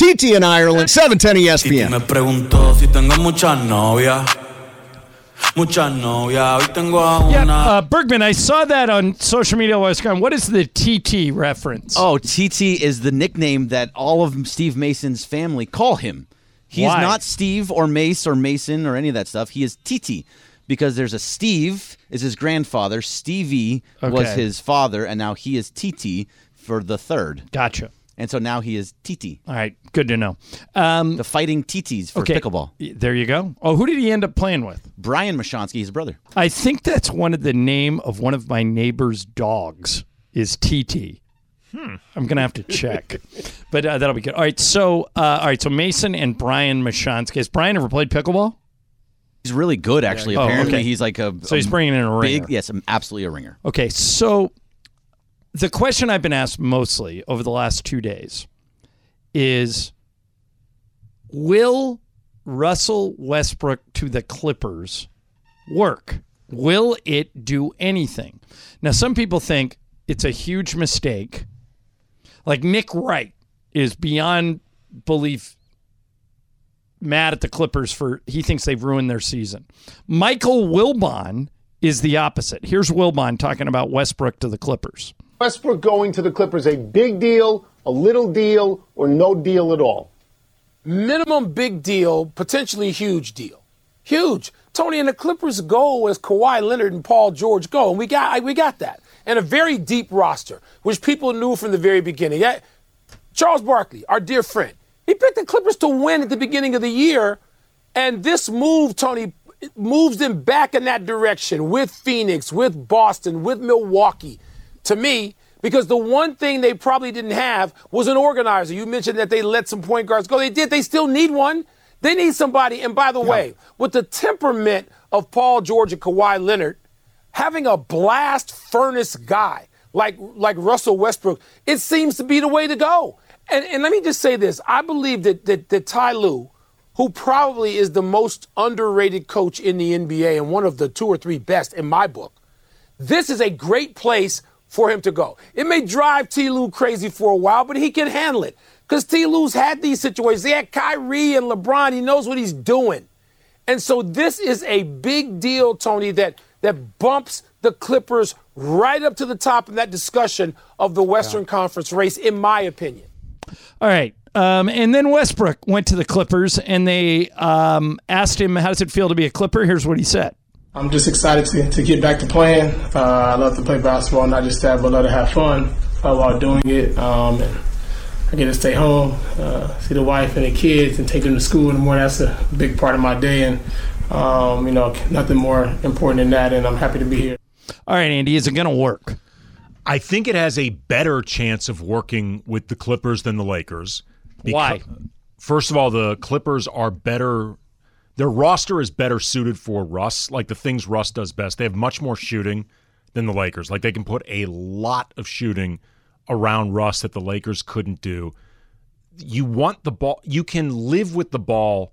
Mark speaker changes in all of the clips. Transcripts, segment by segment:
Speaker 1: TT in Ireland, E 710
Speaker 2: Titi
Speaker 1: ESPN.
Speaker 2: me preguntó si tengo muchas novias. Muchas novias, hoy tengo a
Speaker 3: Yeah,
Speaker 2: una.
Speaker 3: uh, Bergman, I saw that on social media while I was gone. What is the TT reference?
Speaker 4: Oh, TT is the nickname that all of Steve Mason's family call him. He
Speaker 3: Why?
Speaker 4: is not Steve or Mace or Mason or any of that stuff. He is TT because there's a Steve is his grandfather. Stevie was
Speaker 3: Okay.
Speaker 4: his father, and now he is TT for the third.
Speaker 3: gotcha.
Speaker 4: And so now he is TT,
Speaker 3: All right, good to know. Um,
Speaker 4: the fighting TTs for
Speaker 3: okay,
Speaker 4: pickleball.
Speaker 3: y- There you go. Oh, who did he end up playing with?
Speaker 4: Brian Mashonsky, his brother.
Speaker 3: I think that's one of the name of one of my neighbor's dogs is TT. I'm gonna have to check, but uh, that'll be good. All right, so uh, all right, so Mason and Brian Mashonsky. Has Brian ever played pickleball?
Speaker 4: He's really good, actually.
Speaker 3: Oh,
Speaker 4: Apparently,
Speaker 3: okay.
Speaker 4: he's like a
Speaker 3: So he's bringing in a ringer.
Speaker 4: big, yes, absolutely a ringer.
Speaker 3: Okay, so the question I've been asked mostly over the last two days is Will Russell Westbrook to the Clippers work? Will it do anything? Now, some people think it's a huge mistake. Like Nick Wright is beyond belief mad at the Clippers for he thinks they've ruined their season. Michael Wilbon is the opposite. Here's Wilbon talking about Westbrook to the Clippers.
Speaker 5: Westbrook going to the Clippers a big deal, a little deal, or no deal at all?
Speaker 6: minimum big deal, potentially huge deal. Huge. Tony and the Clippers' goal is Kawhi Leonard and Paul George go, and we got we got that. And a very deep roster, which people knew from the very beginning. Yeah, Charles Barkley, our dear friend, he picked the Clippers to win at the beginning of the year, and this move, Tony, moves them back in that direction with Phoenix, with Boston, with Milwaukee. To me, because the one thing they probably didn't have was an organizer. You mentioned that they let some point guards go. They did. They still need one. They need somebody. And by the way, with the temperament of Paul George and Kawhi Leonard, having a blast furnace guy like like Russell Westbrook, it seems to be the way to go. And, and let me just say this: I believe that that, that Ty Lue, who probably is the most underrated coach in the NBA and one of the two or three best in my book, this is a great place for him to go. It may drive T. Lou crazy for a while, but he can handle it because T. Lou's had these situations. He had Kyrie and LeBron. He knows what he's doing. And so this is a big deal, Tony, that that bumps the Clippers right up to the top in that discussion of the Western Conference race, in my opinion.
Speaker 3: All right. Um, and then Westbrook went to the Clippers and they um, asked him, How does it feel to be a Clipper? Here's what he said.
Speaker 7: I'm just excited to, to get back to playing. Uh, I love to play basketball, not just that, but love to have fun uh, while doing it. Um, and I get to stay home, uh, see the wife and the kids, and take them to school in the morning. That's a big part of my day, and um, you know, nothing more important than that. And I'm happy to be here.
Speaker 3: All right, Andy, is it going to work?
Speaker 8: I think it has a better chance of working with the Clippers than the Lakers. Becau-
Speaker 3: Why?
Speaker 8: First of all, the Clippers are better. Their roster is better suited for Russ, like the things Russ does best. They have much more shooting than the Lakers. Like they can put a lot of shooting around Russ that the Lakers couldn't do. You want the ball, you can live with the ball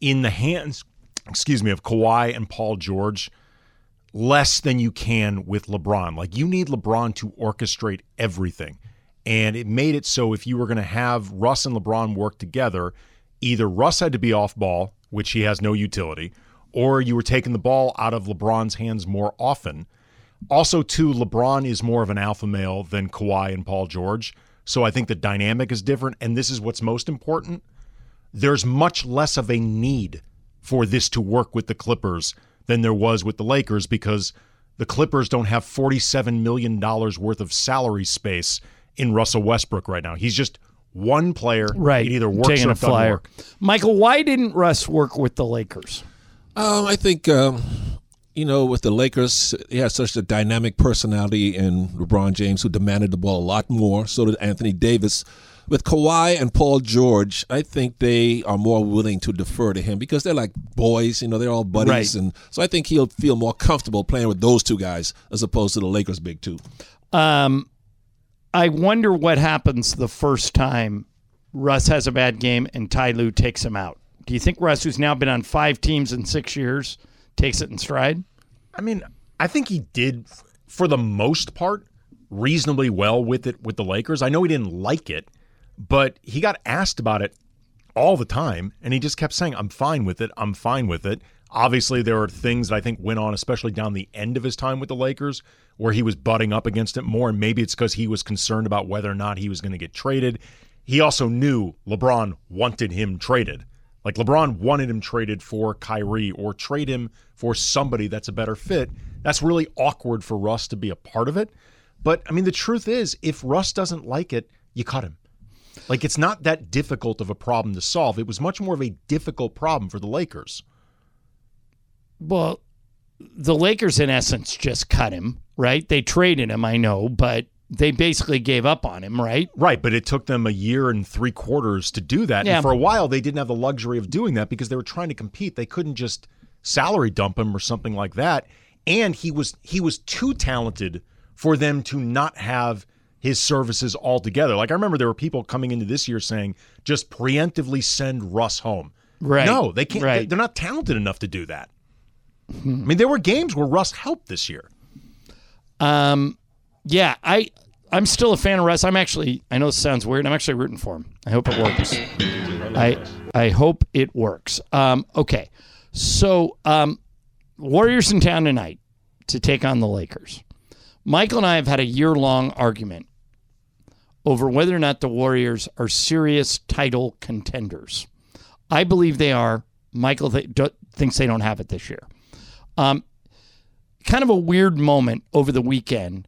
Speaker 8: in the hands, excuse me, of Kawhi and Paul George less than you can with LeBron. Like you need LeBron to orchestrate everything. And it made it so if you were going to have Russ and LeBron work together, either Russ had to be off ball, which he has no utility, or you were taking the ball out of LeBron's hands more often. Also, too, LeBron is more of an alpha male than Kawhi and Paul George. So I think the dynamic is different. And this is what's most important there's much less of a need for this to work with the Clippers than there was with the Lakers because the Clippers don't have $47 million worth of salary space in Russell Westbrook right now. He's just one player.
Speaker 3: Right.
Speaker 8: It either works
Speaker 3: Taking
Speaker 8: or
Speaker 3: a
Speaker 8: it doesn't
Speaker 3: flyer.
Speaker 8: work.
Speaker 3: Michael, why didn't Russ work with the Lakers?
Speaker 9: Um, I think um, you know with the Lakers, he has such a dynamic personality, and LeBron James, who demanded the ball a lot more. So did Anthony Davis, with Kawhi and Paul George, I think they are more willing to defer to him because they're like boys, you know, they're all buddies,
Speaker 3: Right.
Speaker 9: and so I think he'll feel more comfortable playing with those two guys as opposed to the Lakers' big two.
Speaker 3: Um, I wonder what happens the first time Russ has a bad game and Ty Lue takes him out. Do you think Russ, who's now been on five teams in six years, takes it in stride?
Speaker 8: I mean, I think he did, for the most part, reasonably well with it with the Lakers. I know he didn't like it, but he got asked about it all the time, and he just kept saying, "I'm fine with it. I'm fine with it." Obviously, there are things that I think went on, especially down the end of his time with the Lakers, where he was butting up against it more, and maybe it's because he was concerned about whether or not he was going to get traded. He also knew LeBron wanted him traded. Like LeBron wanted him traded for Kyrie or trade him for somebody that's a better fit. That's really awkward for Russ to be a part of it. But I mean, the truth is, if Russ doesn't like it, you cut him. Like it's not that difficult of a problem to solve. It was much more of a difficult problem for the Lakers.
Speaker 3: Well, the Lakers, in essence, just cut him, right? They traded him, I know, but they basically gave up on him, right?
Speaker 8: Right, but it took them a year and three quarters to do that.
Speaker 3: Yeah.
Speaker 8: And for a while, they didn't have the luxury of doing that because they were trying to compete. They couldn't just salary dump him or something like that. And he was he was too talented for them to not have his services altogether. Like I remember there were people coming into this year saying just preemptively send Russ home.
Speaker 3: Right.
Speaker 8: No, they can't.
Speaker 3: Right.
Speaker 8: They, they're not talented enough to do that. I mean, there were games where Russ helped this year.
Speaker 3: Um, yeah, I I'm still a fan of Russ. I'm actually I know this sounds weird. I'm actually rooting for him. I hope it works. I I hope it works. Um, okay, so um, Warriors in town tonight to take on the Lakers. Michael and I have had a year long argument over whether or not the Warriors are serious title contenders. I believe they are. Michael th- do- thinks they don't have it this year. Um, kind of a weird moment over the weekend.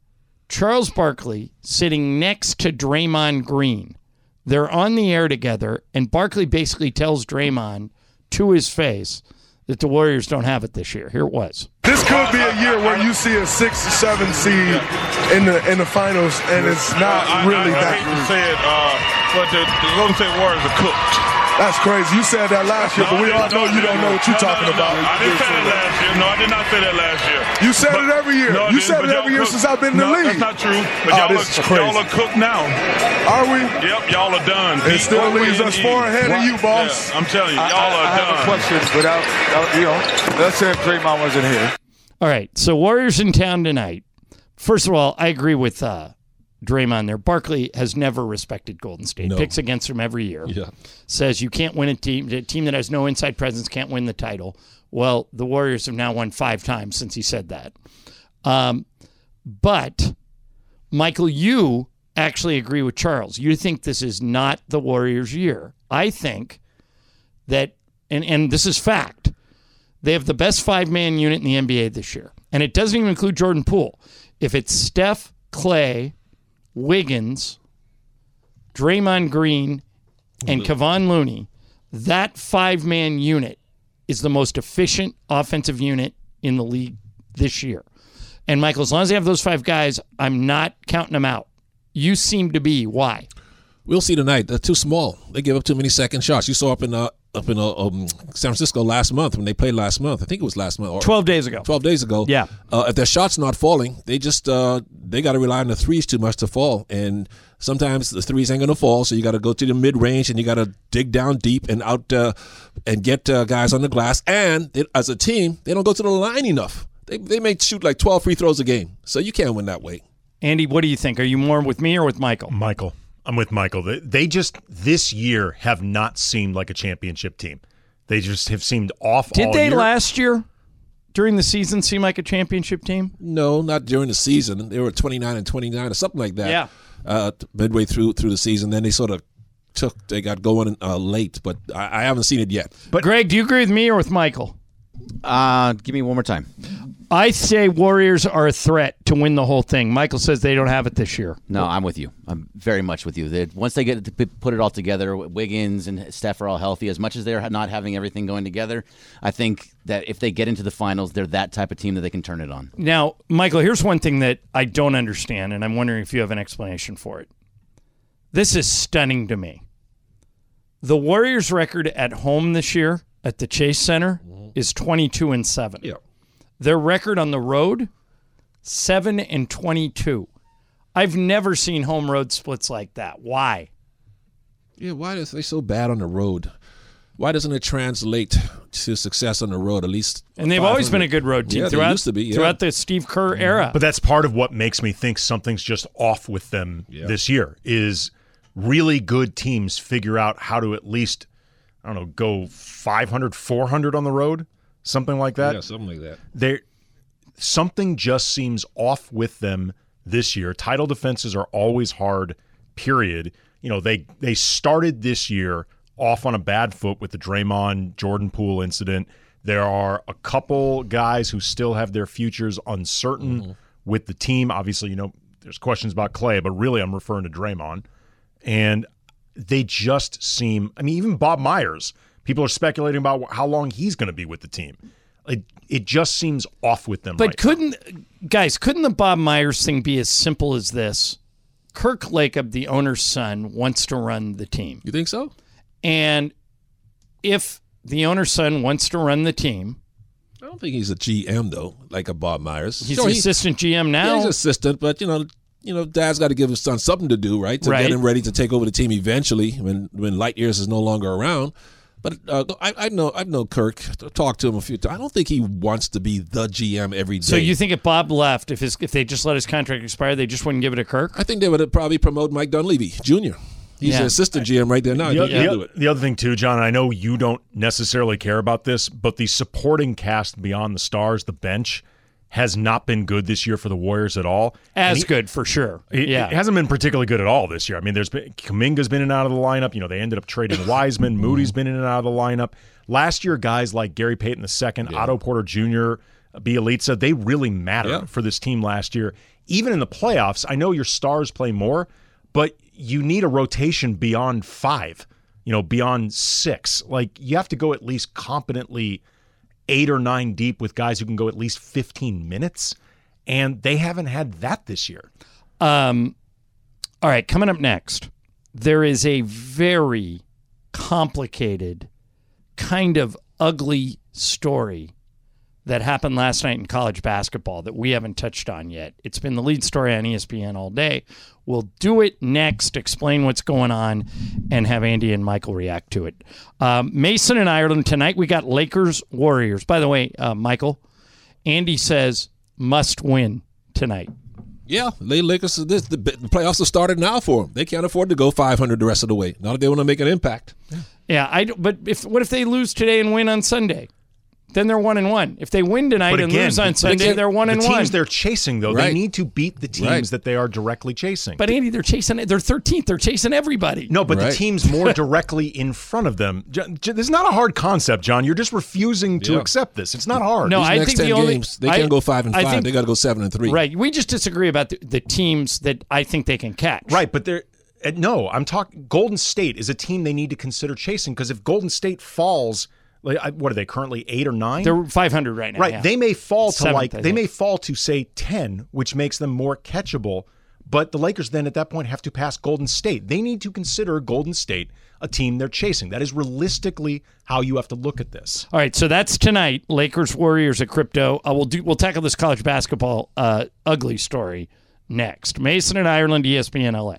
Speaker 3: Charles Barkley sitting next to Draymond Green. They're on the air together, and Barkley basically tells Draymond to his face that the Warriors don't have it this year. Here it was.
Speaker 10: This could be a year where you see a six or seven seed in the in the finals, and it's not
Speaker 11: I,
Speaker 10: really
Speaker 11: I, I
Speaker 10: that.
Speaker 11: hate to say it, uh, but the, the Golden State Warriors are cooked.
Speaker 10: That's crazy. You said that last year, but we all know you don't know what you're talking about.
Speaker 11: I didn't say that last year. No, I did not say that last year.
Speaker 10: You said it every year.
Speaker 11: No, I
Speaker 10: you
Speaker 11: didn't,
Speaker 10: said
Speaker 11: but
Speaker 10: it
Speaker 11: y'all
Speaker 10: every year
Speaker 11: cooked.
Speaker 10: since I've been in the
Speaker 11: No,
Speaker 10: league.
Speaker 11: That's not true. But
Speaker 10: Oh,
Speaker 11: y'all,
Speaker 10: this
Speaker 11: are,
Speaker 10: is crazy.
Speaker 11: y'all are cooked now.
Speaker 10: Are we?
Speaker 11: Yep, y'all are done.
Speaker 10: It still leaves us far ahead of you, boss.
Speaker 11: Yeah, I'm telling you, y'all are done.
Speaker 12: I have a question without, without, you know, let's say if Draymond wasn't here.
Speaker 3: All right, so Warriors in town tonight. First of all, I agree with uh, Draymond there. Barkley has never respected Golden State.
Speaker 9: No.
Speaker 3: Picks against them every year.
Speaker 9: Yeah.
Speaker 3: Says you can't win a team. A team that has no inside presence can't win the title. Well, the Warriors have now won five times since he said that. Um, but Michael, you actually agree with Charles. You think this is not the Warriors' year. I think that, and, and this is fact, they have the best five man unit in the NBA this year. And it doesn't even include Jordan Poole. If it's Steph, Clay, Wiggins, Draymond Green, and Kevon Looney, that five man unit is the most efficient offensive unit in the league this year. And Michael, as long as they have those five guys, I'm not counting them out. You seem to be. Why?
Speaker 9: We'll see tonight. They're too small. They give up too many second shots. You saw up in uh, up in uh, um, San Francisco last month when they played last month. I think it was last month. Or
Speaker 3: 12 days ago.
Speaker 9: 12 days ago. Yeah. Uh, if their shot's not falling, they just uh, they got to rely on the threes too much to fall. And sometimes the threes ain't going to fall, so you got to go to the mid range and you got to dig down deep and out uh, and get uh, guys on the glass. And they, as a team, they don't go to the line enough. They, they may shoot like 12 free throws a game, so you can't win that way.
Speaker 3: Andy, what do you think? Are you more with me or with Michael?
Speaker 8: Michael. I'm with Michael. They, they just this year have not seemed like a championship team. They just have seemed off.
Speaker 3: Did
Speaker 8: all
Speaker 3: they
Speaker 8: year.
Speaker 3: last year during the season seem like a championship team?
Speaker 9: No, not during the season. They were twenty nine and twenty nine or something like that.
Speaker 3: Yeah.
Speaker 9: Uh, midway through through the season, then they sort of took. They got going uh, late, but I, I haven't seen it yet.
Speaker 3: But Greg, do you agree with me or with Michael?
Speaker 4: Uh, give me one more time.
Speaker 3: I say Warriors are a threat to win the whole thing. Michael says they don't have it this year.
Speaker 4: No, I'm with you. I'm very much with you. They, once they get to p- put it all together, Wiggins and Steph are all healthy. As much as they're not having everything going together, I think that if they get into the finals, they're that type of team that they can turn it on.
Speaker 3: Now, Michael, here's one thing that I don't understand, and I'm wondering if you have an explanation for it. This is stunning to me. The Warriors' record at home this year at the Chase Center is 22 and 7. Yeah. Their record on the road 7 and 22. I've never seen home road splits like that. Why?
Speaker 9: Yeah, why is they so bad on the road? Why doesn't it translate to success on the road? At least,
Speaker 3: And they've always been a
Speaker 9: 500?
Speaker 3: good road team
Speaker 9: Yeah, they
Speaker 3: throughout
Speaker 9: used to be yeah. Mm-hmm.
Speaker 3: throughout the Steve Kerr era.
Speaker 8: But that's part of what makes me think something's just off with them this year is really good teams figure out how to at least I don't know go 500 400 on the road, something like that.
Speaker 9: Yeah, something like that.
Speaker 8: They something just seems off with them this year. Title defenses are always hard, period. You know, they they started this year off on a bad foot with the Draymond Jordan Poole incident. There are a couple guys who still have their futures uncertain with the team. Obviously, you know, there's questions about Clay, but really I'm referring to Draymond. And they just seem, I mean, even Bob Myers, people are speculating about how long he's going to be with the team. It, it just seems off with them.
Speaker 3: But
Speaker 8: right
Speaker 3: couldn't guys, couldn't the Bob Myers thing be as simple as this? Kirk Lakeup, the owner's son, wants to run the team.
Speaker 9: You think so?
Speaker 3: And if the owner's son wants to run the team,
Speaker 9: I don't think he's a GM though, like a Bob Myers.
Speaker 3: he's
Speaker 9: Sure,
Speaker 3: the
Speaker 9: he-
Speaker 3: assistant GM now.
Speaker 9: Yeah, he's assistant, but you know, you know, Dad's got to give his son something to do, right? To
Speaker 3: Right.
Speaker 9: get him ready to take over the team eventually when when Light Years is no longer around. But uh, I, I know I've known Kirk. I've talked to him a few times. I don't think he wants to be the GM every day.
Speaker 3: so you think if Bob left, if his if they just let his contract expire, they just wouldn't give it to Kirk?
Speaker 9: I think they would probably promote Mike Dunleavy Jr. He's
Speaker 3: Yeah.
Speaker 9: the assistant GM right there now.
Speaker 8: the,
Speaker 9: He'll
Speaker 8: the-
Speaker 9: do it.
Speaker 8: the other thing too, John, and I know you don't necessarily care about this, but the supporting cast beyond the stars, the bench, has not been good this year for the Warriors at all.
Speaker 3: As
Speaker 8: And he-
Speaker 3: good for sure.
Speaker 8: It,
Speaker 3: yeah.
Speaker 8: it hasn't been particularly good at all this year. I mean, there's been Kaminga's been in and out of the lineup. You know, they ended up trading Wiseman. Moody's been in and out of the lineup. Last year, guys like Gary Payton II, Otto Porter Jr., Bielitsa, they really matter for this team last year. Even in the playoffs, I know your stars play more, but you need a rotation beyond five, you know, beyond six. Like, you have to go at least competently eight or nine deep with guys who can go at least 15 minutes. And they haven't had that this year.
Speaker 3: Um, all right, coming up next, there is a very complicated, kind of ugly story that happened last night in college basketball that we haven't touched on yet. It's been the lead story on E ESPN all day. We'll do it next, explain what's going on, and have Andy and Michael react to it. Um, Mason and Ireland tonight, we got Lakers Warriors. By the way, uh, Michael, Andy says must win tonight.
Speaker 9: Yeah, they Lakers. This the the playoffs have started now for them. They can't afford to go 500 the rest of the way. Not if they want to make an impact.
Speaker 3: Yeah, I. don't- But if what if they lose today and win on Sunday? Then they're one and one. If they win tonight and lose on
Speaker 8: but
Speaker 3: Sunday,
Speaker 8: again,
Speaker 3: they're one
Speaker 8: the
Speaker 3: and
Speaker 8: teams
Speaker 3: one.
Speaker 8: they're chasing though, they
Speaker 3: Right.
Speaker 8: need to beat the teams
Speaker 3: Right.
Speaker 8: that they are directly chasing.
Speaker 3: but Andy, they're chasing. They're thirteenth. They're chasing everybody.
Speaker 8: no, but the teams more directly in front of them. Jo- jo- This is not a hard concept, John. You're just refusing to
Speaker 9: Yeah.
Speaker 8: accept this. It's not hard.
Speaker 3: No,
Speaker 9: These
Speaker 3: I
Speaker 9: next
Speaker 3: think
Speaker 9: 10
Speaker 3: the only-
Speaker 9: games, they
Speaker 3: I-
Speaker 9: can't go five and
Speaker 3: I
Speaker 9: five.
Speaker 3: think-
Speaker 9: they got to go seven and three.
Speaker 3: Right. We just disagree about the, the teams that I think they can catch.
Speaker 8: Right, but they're uh, no. I'm talking. Golden State is a team they need to consider chasing because if Golden State falls, like, I- what are they currently eight or nine?
Speaker 3: They're five hundred right now.
Speaker 8: Right.
Speaker 3: yeah.
Speaker 8: They may fall to
Speaker 3: Seventh,
Speaker 8: like
Speaker 3: I
Speaker 8: they
Speaker 3: think.
Speaker 8: may fall to say 10, which makes them more catchable, but the Lakers then at that point have to pass Golden State. They need to consider Golden State a team they're chasing. That is realistically how you have to look at this.
Speaker 3: All right, so that's tonight. Lakers Warriors at crypto. Uh, we'll do. We'll tackle this college basketball uh, ugly story next. Mason and Ireland, E ESPN LA.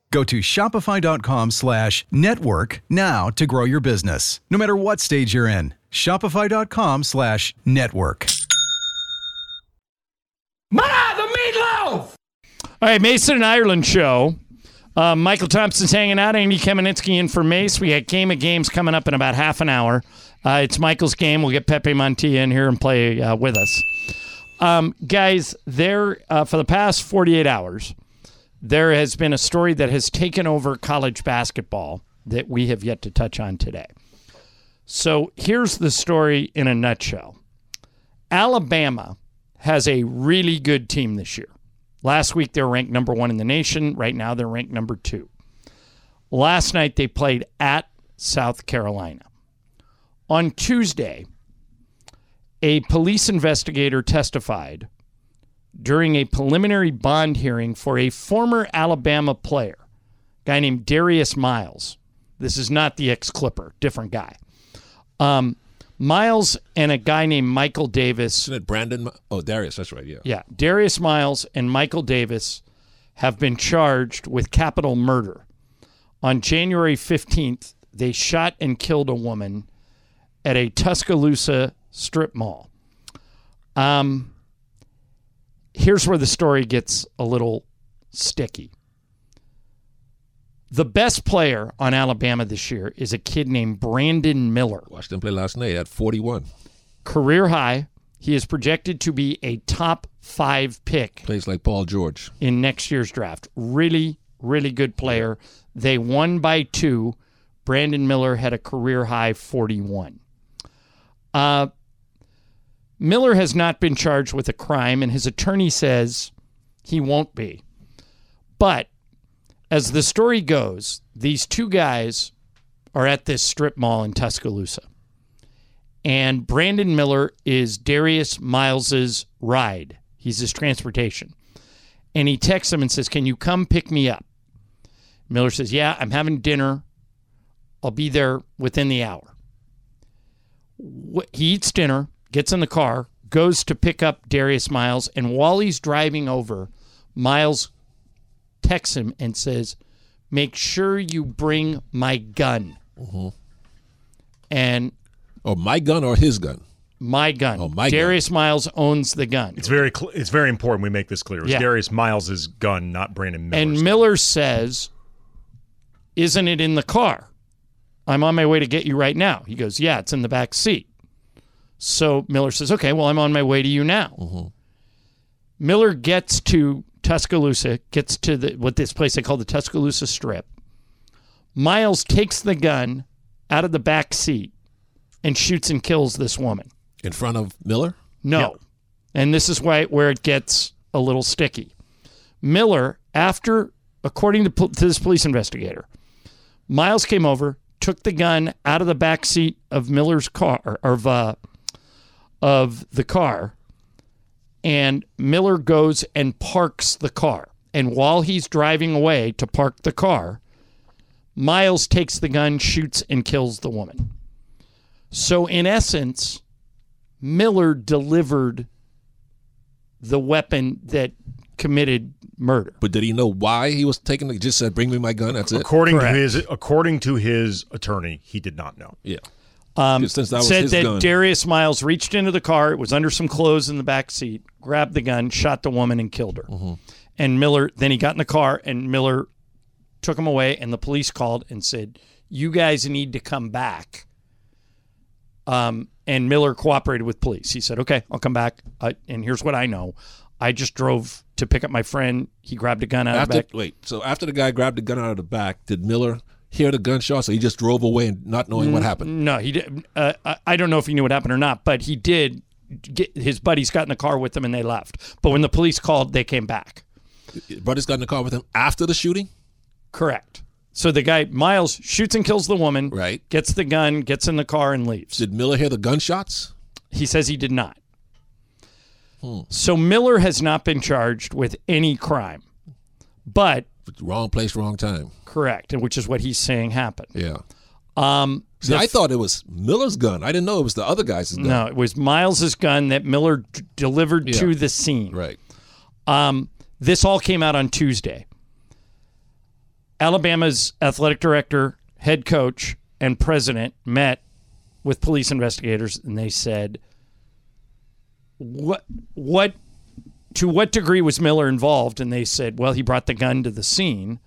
Speaker 13: Go to Shopify.com slash network now to grow your business. No matter what stage you're in, Shopify.com slash network.
Speaker 6: Ma, the meatloaf!
Speaker 3: All right, Mason and Ireland show. Uh, Michael Thompson's hanging out. Andy Kamenetsky in for Mace. We got game of games coming up in about half an hour. Uh, it's Michael's game. We'll get Pepe Montilla in here and play uh, with us. Um, guys, there uh, for the past 48 hours, there has been a story that has taken over college basketball that we have yet to touch on today. So here's the story in a nutshell. Alabama has a really good team this year. Last week, they were ranked number one in the nation. Right now, they're ranked number two. Last night, they played at South Carolina. On Tuesday, a police investigator testified during a preliminary bond hearing for a former Alabama player, a guy named Darius Miles. This is not the ex Clipper, different guy. Um, Miles and a guy named Michael Davis.
Speaker 9: Isn't it Brandon? Mi- Oh, Darius. That's right. Yeah.
Speaker 3: Yeah. Darius Miles and Michael Davis have been charged with capital murder. On January 15th, they shot and killed a woman at a Tuscaloosa strip mall. Um, here's where the story gets a little sticky. The best player on Alabama this year is a kid named Brandon Miller.
Speaker 9: Watched him play last night at 41.
Speaker 3: Career high. He is projected to be a top five pick
Speaker 9: Plays like Paul George.
Speaker 3: in next year's draft. Really, really good player. They won by two. Brandon Miller had a career high 41. Uh, Miller has not been charged with a crime, and his attorney says he won't be. But as the story goes, these two guys are at this strip mall in Tuscaloosa. And Brandon Miller is Darius Miles's ride. He's his transportation. And he texts him and says, Can you come pick me up? Miller says, Yeah, I'm having dinner. I'll be there within the hour. Wh- He eats dinner, gets in the car, goes to pick up Darius Miles. And while he's driving over, Miles texts him and says, Make sure you bring my gun. And
Speaker 9: Or Mm-hmm. Oh, my gun or his gun.
Speaker 3: my gun.
Speaker 8: Oh, my gun.
Speaker 3: Darius Miles owns the gun.
Speaker 8: It's very cl- it's very important we make this clear. It was
Speaker 3: Yeah.
Speaker 8: Darius Miles's gun, not Brandon Miller.
Speaker 3: and Miller says, Isn't it in the car? I'm on my way to get you right now. He goes, Yeah, it's in the back seat. So Miller says, Okay, well, I'm on my way to you now. Miller gets to Tuscaloosa, gets to the what this place they call the Tuscaloosa Strip. Miles takes the gun out of the back seat and shoots and kills this woman.
Speaker 9: In front of Miller?
Speaker 3: No. And this is why where it gets a little sticky. Miller, after according to, pol- to this police investigator, Miles came over, took the gun out of the back seat of Miller's car or of uh, of the car, and Miller goes and parks the car. And while he's driving away to park the car, Miles takes the gun, shoots, and kills the woman. So in essence, Miller delivered the weapon that committed murder.
Speaker 9: But did he know why he was taking it? He just said, bring me my gun. That's it.
Speaker 8: according to his according to his attorney, he did not know.
Speaker 9: Yeah.
Speaker 3: Um,
Speaker 9: Since that was
Speaker 3: said
Speaker 9: his
Speaker 3: that
Speaker 9: gun.
Speaker 3: Darius Miles reached into the car. It was under some clothes in the back seat. Grabbed the gun, shot the woman, and killed her.
Speaker 9: Mm-hmm.
Speaker 3: And Miller then he got in the car, and Miller took him away. And the police called and said, "You guys need to come back." Um, and Miller cooperated with police. He said, "Okay, I'll come back. Uh, and here's what I know: I just drove to pick up my friend. He grabbed a gun out of the
Speaker 9: After,
Speaker 3: back.
Speaker 9: wait, so after the guy grabbed the gun out of the back, did Miller hear the gunshot? So he just drove away and not knowing what
Speaker 3: N-
Speaker 9: happened.
Speaker 3: No, he did. Uh, I- I don't know if he knew what happened or not, but he did. Get, his buddies got in the car with him and they left. But when the police called, they came back.
Speaker 9: Brothers got in the car with him after the shooting.
Speaker 3: Correct. So the guy Miles shoots and kills the woman.
Speaker 9: Right.
Speaker 3: Gets the gun, gets in the car, and leaves.
Speaker 9: Did Miller hear the gunshots? Hmm.
Speaker 3: He says he did not. So Miller has not been charged with any crime, but
Speaker 9: Wrong place, wrong time.
Speaker 3: correct, and which is what he's saying happened.
Speaker 9: Yeah.
Speaker 3: Um,
Speaker 9: See,
Speaker 3: the
Speaker 9: I thought it was Miller's gun. I didn't know it was the other guy's gun.
Speaker 3: No, it was Miles's gun that Miller d- delivered
Speaker 9: Yeah.
Speaker 3: to the scene.
Speaker 9: Right.
Speaker 3: Um, this all came out on Tuesday. Alabama's athletic director, head coach, and president met with police investigators, and they said, "What? What? To what degree was Miller involved?" And they said, "Well, he brought the gun to the scene,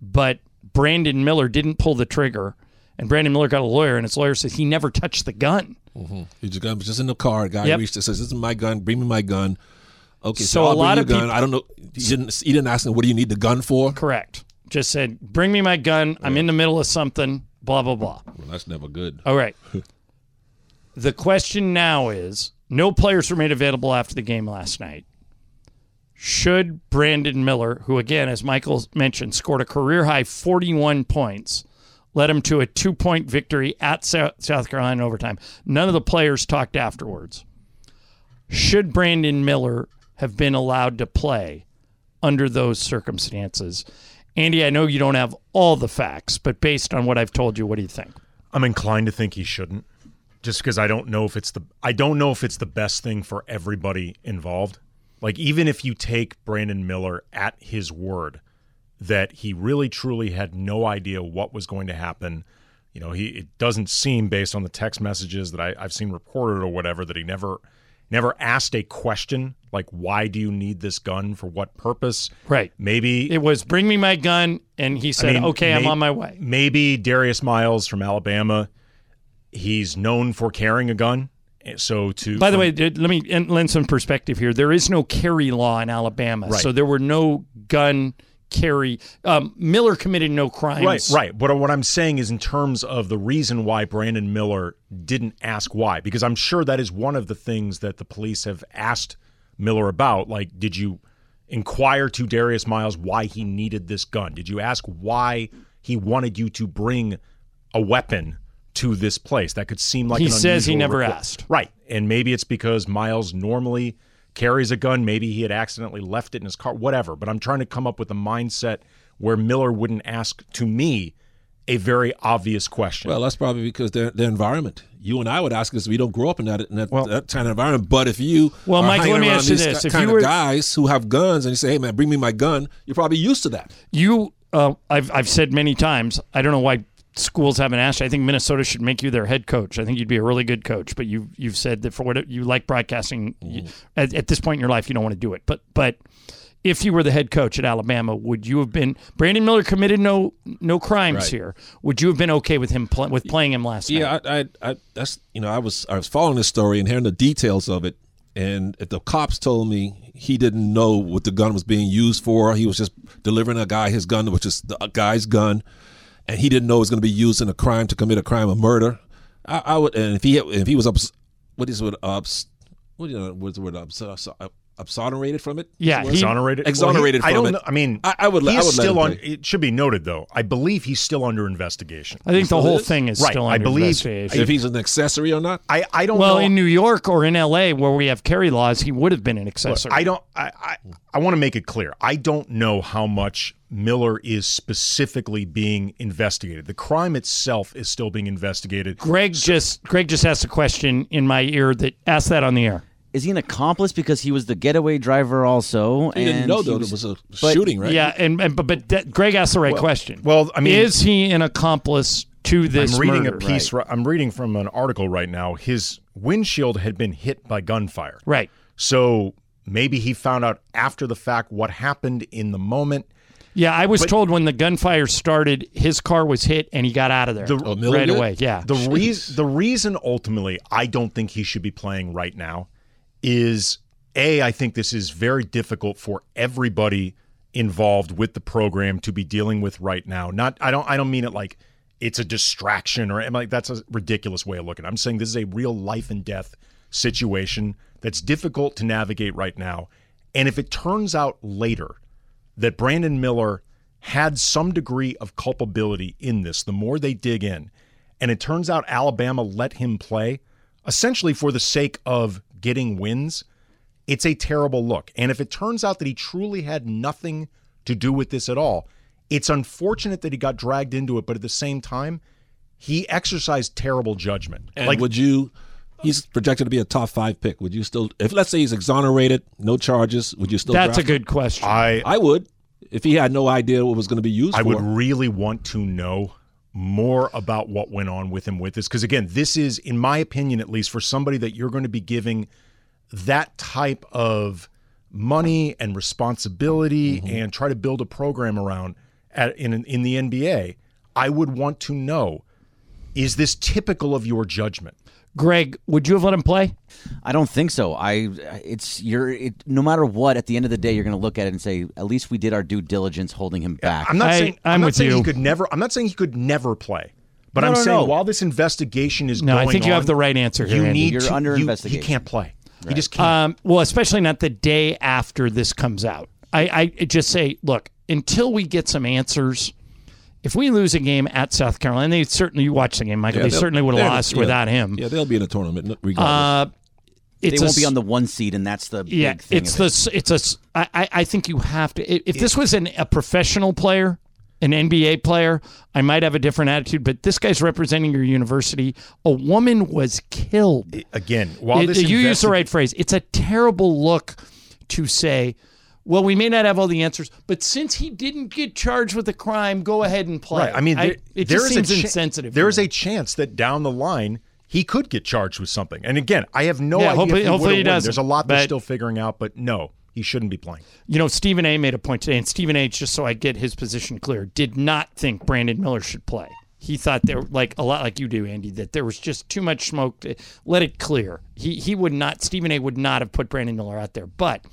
Speaker 3: but Brandon Miller didn't pull the trigger, and Brandon Miller got a lawyer, and his lawyer says he never touched the gun."
Speaker 9: Mm-hmm. His gun was just in the car. A guy
Speaker 3: Yep.
Speaker 9: reached and says, "This is my gun. Bring me my gun."
Speaker 3: So
Speaker 9: Okay, so,
Speaker 3: a
Speaker 9: I'll
Speaker 3: lot
Speaker 9: bring you
Speaker 3: of
Speaker 9: a gun.
Speaker 3: peop-
Speaker 9: I don't know. He didn't. He didn't ask him, "What do you need the gun for?"
Speaker 3: Correct. Just said, "Bring me my gun. I'm in the middle of something." Blah blah blah.
Speaker 9: Well, that's never good.
Speaker 3: All right. the question now is no players were made available after the game last night. Should Brandon Miller, who again, as Michael mentioned, scored a career high 41 points, led him to a two point victory at Sou- South Carolina in overtime? None of the players talked afterwards. Should Brandon Miller have been allowed to play under those circumstances? Andy, I know you don't have all the facts, but based on what I've told you, what do you think?
Speaker 8: I'm inclined to think he shouldn't, just because I don't know if it's the I don't know if it's the best thing for everybody involved. Like even if you take Brandon Miller at his word that he really truly had no idea what was going to happen, you know, he it doesn't seem based on the text messages that I, I've seen reported or whatever that he never never asked a question like why do you need this gun for what purpose?
Speaker 3: Right.
Speaker 8: Maybe
Speaker 3: it was bring me my gun and he said okay i'm
Speaker 8: may-
Speaker 3: on my way
Speaker 8: Maybe Darius Miles from Alabama. He's known for carrying a gun. So to
Speaker 3: by the way did- let me in- lend some perspective here there is no carry law in alabama
Speaker 8: Right.
Speaker 3: so there were no gun carry um, miller committed no crimes
Speaker 8: right, right. But what I'm saying is in terms of the reason why Brandon Miller didn't ask why, because I'm sure that is one of the things that the police have asked Miller about. Like, did you inquire to Darius Miles why he needed this gun? Did you ask why he wanted you to bring a weapon to this place? That could seem like
Speaker 3: He
Speaker 8: an
Speaker 3: says he
Speaker 8: unusual
Speaker 3: never
Speaker 8: request.
Speaker 3: asked.
Speaker 8: Right. And maybe it's because Miles normally carries a gun. Maybe he had accidentally left it in his car, whatever. But I'm trying to come up with a mindset where Miller wouldn't ask, to me, a very obvious question.
Speaker 9: Well, that's probably because their their environment. You and I would ask us. We don't grow up in that in that, that kind of environment. But if you
Speaker 3: Well,
Speaker 9: are
Speaker 3: Mike, let
Speaker 9: hanging
Speaker 3: me
Speaker 9: around
Speaker 3: ask you
Speaker 9: these
Speaker 3: this.
Speaker 9: ki-
Speaker 3: If
Speaker 9: kind
Speaker 3: you
Speaker 9: of
Speaker 3: were-
Speaker 9: guys who have guns and you say, "Hey man, bring me my gun," you're probably used to that.
Speaker 3: you uh, I've, I've said many times i don't know why schools haven't asked i think minnesota should make you their head coach i think you'd be a really good coach but you've, you've said that for what you like broadcasting you-
Speaker 8: Mm.
Speaker 3: at, at this point in your life you don't want to do it but but if you were the head coach at alabama would you have been brandon miller committed no no crimes
Speaker 9: Right.
Speaker 3: here would you have been okay with him pl- with playing him last night
Speaker 9: Yeah, I, I, I, that's you know, I was I was following this story and hearing the details of it, and if the cops told me he didn't know what the gun was being used for. He was just delivering a guy his gun, which is the a guy's gun, and he didn't know it was going to be used in a crime to commit a crime of murder. I, I would, and if he had- if he was ups, what is it ups, what you know, what's the word ups, ups, exonerated from it?
Speaker 8: Yeah,
Speaker 9: What's the word?
Speaker 8: exonerated.
Speaker 9: exonerated.
Speaker 8: Well, he-
Speaker 9: from
Speaker 8: I don't
Speaker 9: it.
Speaker 8: know. I mean,
Speaker 9: I, I would.
Speaker 8: He's
Speaker 9: I would let
Speaker 8: still
Speaker 9: him
Speaker 8: on.
Speaker 9: play.
Speaker 8: It should be noted though. I believe he's still under investigation.
Speaker 3: I think the He still whole is? thing is
Speaker 8: right.
Speaker 3: still
Speaker 8: I
Speaker 3: under
Speaker 8: believe
Speaker 3: investigation.
Speaker 9: If he's an accessory or not,
Speaker 8: I, I don't
Speaker 3: well,
Speaker 8: know.
Speaker 3: in New York or in LA where we have carry laws, he would have been an
Speaker 8: Look,
Speaker 3: accessory.
Speaker 8: I don't. I I, I want to make it clear. I don't know how much Miller is specifically being investigated. The crime itself is still being investigated.
Speaker 3: Greg just Greg just asked a question in my ear that asked that on the air.
Speaker 4: Is he an accomplice because he was the getaway driver also?
Speaker 3: He didn't
Speaker 4: and
Speaker 3: know, though,
Speaker 4: he
Speaker 3: it was a
Speaker 4: but-
Speaker 3: Yeah, and, and but, but that, Greg asked the right
Speaker 8: Well-
Speaker 3: question.
Speaker 8: well, I mean-
Speaker 3: is he an accomplice to this?
Speaker 8: I'm reading
Speaker 3: murder?
Speaker 8: a piece. ri- I'm reading from an article right now. His windshield had been hit by gunfire.
Speaker 3: Right.
Speaker 8: So maybe he found out after the fact what happened in the moment.
Speaker 3: Yeah, I was told when the gunfire started, his car was hit and he got out of there right away. Yeah,
Speaker 8: Oh, The reason the reason ultimately I don't think he should be playing right now is a I think this is very difficult for everybody involved with the program to be dealing with right now. Not I don't I don't mean it like it's a distraction or am like that's a ridiculous way of looking. at it. I'm saying this is a real life and death situation that's difficult to navigate right now. And if it turns out later that Brandon Miller had some degree of culpability in this, the more they dig in. And it turns out Alabama let him play essentially for the sake of getting wins. It's a terrible look. And if it turns out that he truly had nothing to do with this at all, it's unfortunate that he got dragged into it. But at the same time, he exercised terrible judgment.
Speaker 9: And would you? He's projected to be a top five pick. Would you still, if let's say he's exonerated, no charges, would you still?
Speaker 3: that's a
Speaker 9: draft him?
Speaker 3: good question.
Speaker 8: I
Speaker 9: I would. if he had no idea what was going to be used
Speaker 8: I
Speaker 9: for.
Speaker 8: would really want to know more about what went on with him with this. Because again, this is, in my opinion, at least for somebody that you're going to be giving that type of money and responsibility
Speaker 9: Mm-hmm.
Speaker 8: and try to build a program around at, in, in the NBA, I would want to know is this typical of your judgment?
Speaker 3: Greg, would you have let him play?
Speaker 4: I don't think so. I it's you're it, no matter what. At the end of the day, you're going to look at it and say, at least we did our due diligence holding him back.
Speaker 8: I'm not saying I'm, not saying he could never. I'm not saying he could never play, but
Speaker 4: No,
Speaker 8: I'm
Speaker 4: no,
Speaker 8: saying
Speaker 4: no.
Speaker 8: while this investigation is
Speaker 3: No, I
Speaker 8: going
Speaker 3: think you have
Speaker 8: on,
Speaker 3: the right answer here,
Speaker 8: You
Speaker 3: Andy.
Speaker 8: need
Speaker 3: You're
Speaker 8: to-
Speaker 3: under
Speaker 8: you-
Speaker 3: investigation.
Speaker 8: He can't play. He just can't.
Speaker 3: Um, well, especially not the day after this comes out. I, I just say, look, until we get some answers, if we lose a game at South Carolina, they certainly you watch the game, Michael.
Speaker 9: Yeah,
Speaker 3: they
Speaker 9: they'll-
Speaker 3: certainly would have
Speaker 9: they're-
Speaker 3: lost
Speaker 9: yeah.
Speaker 3: without him.
Speaker 9: Yeah, they'll be in a tournament
Speaker 3: Uh,
Speaker 9: regardless.
Speaker 4: they
Speaker 3: it's a
Speaker 4: won't be
Speaker 3: s-
Speaker 4: on the one seed, and that's the
Speaker 3: Yeah,
Speaker 4: big thing
Speaker 3: it's
Speaker 4: of
Speaker 3: the
Speaker 4: it.
Speaker 3: s- it's a. s- I I- I think you have to. i- If this was an, a professional player, an NBA player, I might have a different attitude. But this guy's representing your university. A woman was killed.
Speaker 8: again. While
Speaker 3: It-
Speaker 8: this
Speaker 3: you use the
Speaker 8: investi-
Speaker 3: right phrase. It's a terrible look to say. Well, we may not have all the answers, but since he didn't get charged with a crime, go ahead and play.
Speaker 8: Right. I mean, there,
Speaker 3: it
Speaker 8: there
Speaker 3: just
Speaker 8: is a
Speaker 3: seems
Speaker 8: cha-
Speaker 3: insensitive.
Speaker 8: There is a chance that down the line he could get charged with something. And again, I have no
Speaker 3: Yeah,
Speaker 8: idea.
Speaker 3: hopefully-
Speaker 8: if he
Speaker 3: hopefully
Speaker 8: would or
Speaker 3: he
Speaker 8: wouldn't.
Speaker 3: doesn't,
Speaker 8: There's a lot they're
Speaker 3: but-
Speaker 8: still figuring out, but no, he shouldn't be playing.
Speaker 3: You know, Stephen A made a point today, and Stephen A, just so I get his position clear, did not think Brandon Miller should play. He thought there, like a lot like you do, Andy, that there was just too much smoke. To, let it clear. He he would not. Stephen A. would not have put Brandon Miller out there. But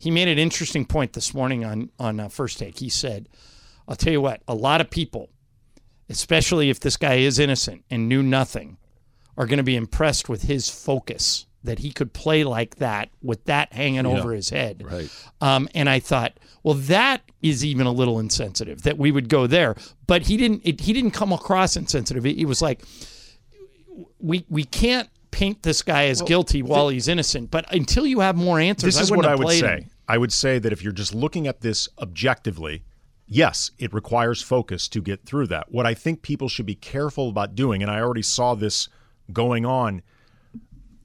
Speaker 3: he made an interesting point this morning on on uh, first take. He said, "I'll tell you what. A lot of people, especially if this guy is innocent and knew nothing, are going to be impressed with his focus that he could play like that with that hanging
Speaker 9: Yeah.
Speaker 3: over his head."
Speaker 9: Right.
Speaker 3: Um, and I thought, well, that is even a little insensitive that we would go there. But he didn't. It, he didn't come across insensitive. He, he was like, we we can't paint this guy as guilty while he's innocent. But until you have more answers,
Speaker 8: This is
Speaker 3: I
Speaker 8: what
Speaker 3: wouldn't
Speaker 8: I
Speaker 3: have
Speaker 8: would
Speaker 3: played
Speaker 8: say.
Speaker 3: him.
Speaker 8: I would say that if you're just looking at this objectively, yes, it requires focus to get through that. What I think people should be careful about doing, and I already saw this going on,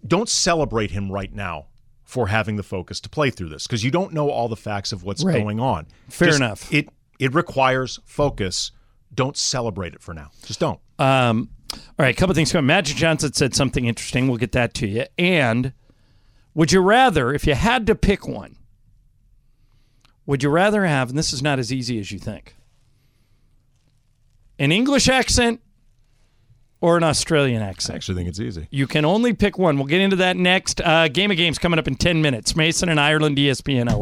Speaker 8: don't celebrate him right now for having the focus to play through this because you don't know all the facts of what's
Speaker 3: Right.
Speaker 8: going on.
Speaker 3: Fair
Speaker 8: Just-
Speaker 3: enough.
Speaker 8: It it requires focus. Don't celebrate it for now. Just don't.
Speaker 3: Um, all right, a couple things coming. Magic Johnson said something interesting. We'll get that to you. And would you rather, if you had to pick one, would you rather have? And this is not as easy as you think. An English accent or an Australian accent? I
Speaker 8: actually think it's easy.
Speaker 3: You can only pick one. We'll get into that next. Uh, Game of Games coming up in 10 minutes. Mason and Ireland, E ESPN. LA.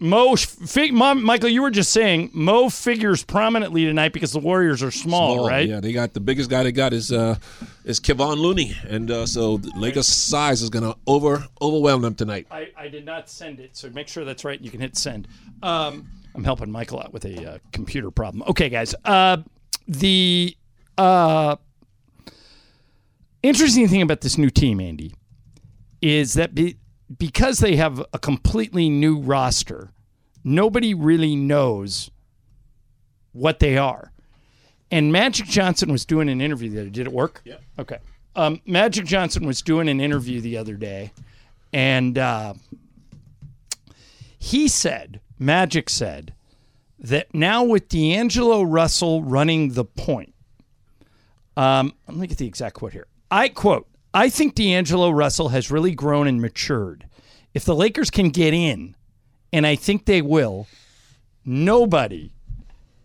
Speaker 3: Mo, fig- Mom, Michael, you were just saying Mo figures prominently tonight because the Warriors are small,
Speaker 9: Small,
Speaker 3: right?
Speaker 9: Yeah, they got the biggest guy they got is uh, is Kevon Looney, and uh, so the Lakers' size is going to over overwhelm them tonight.
Speaker 3: I, I did not send it, so make sure that's right. You can hit send. Um, I'm helping Michael out with a uh, computer problem. Okay, guys. Uh, the uh, interesting thing about this new team, Andy, is that be, because they have a completely new roster, nobody really knows what they are. And Magic Johnson was doing an interview the other Did it work? Yeah. Okay. Um, Magic Johnson was doing an interview the other day, and uh, he said Magic said that now with D'Angelo Russell running the point, um, let me get the exact quote here. I quote, I think D'Angelo Russell has really grown and matured. If the Lakers can get in, and I think they will, nobody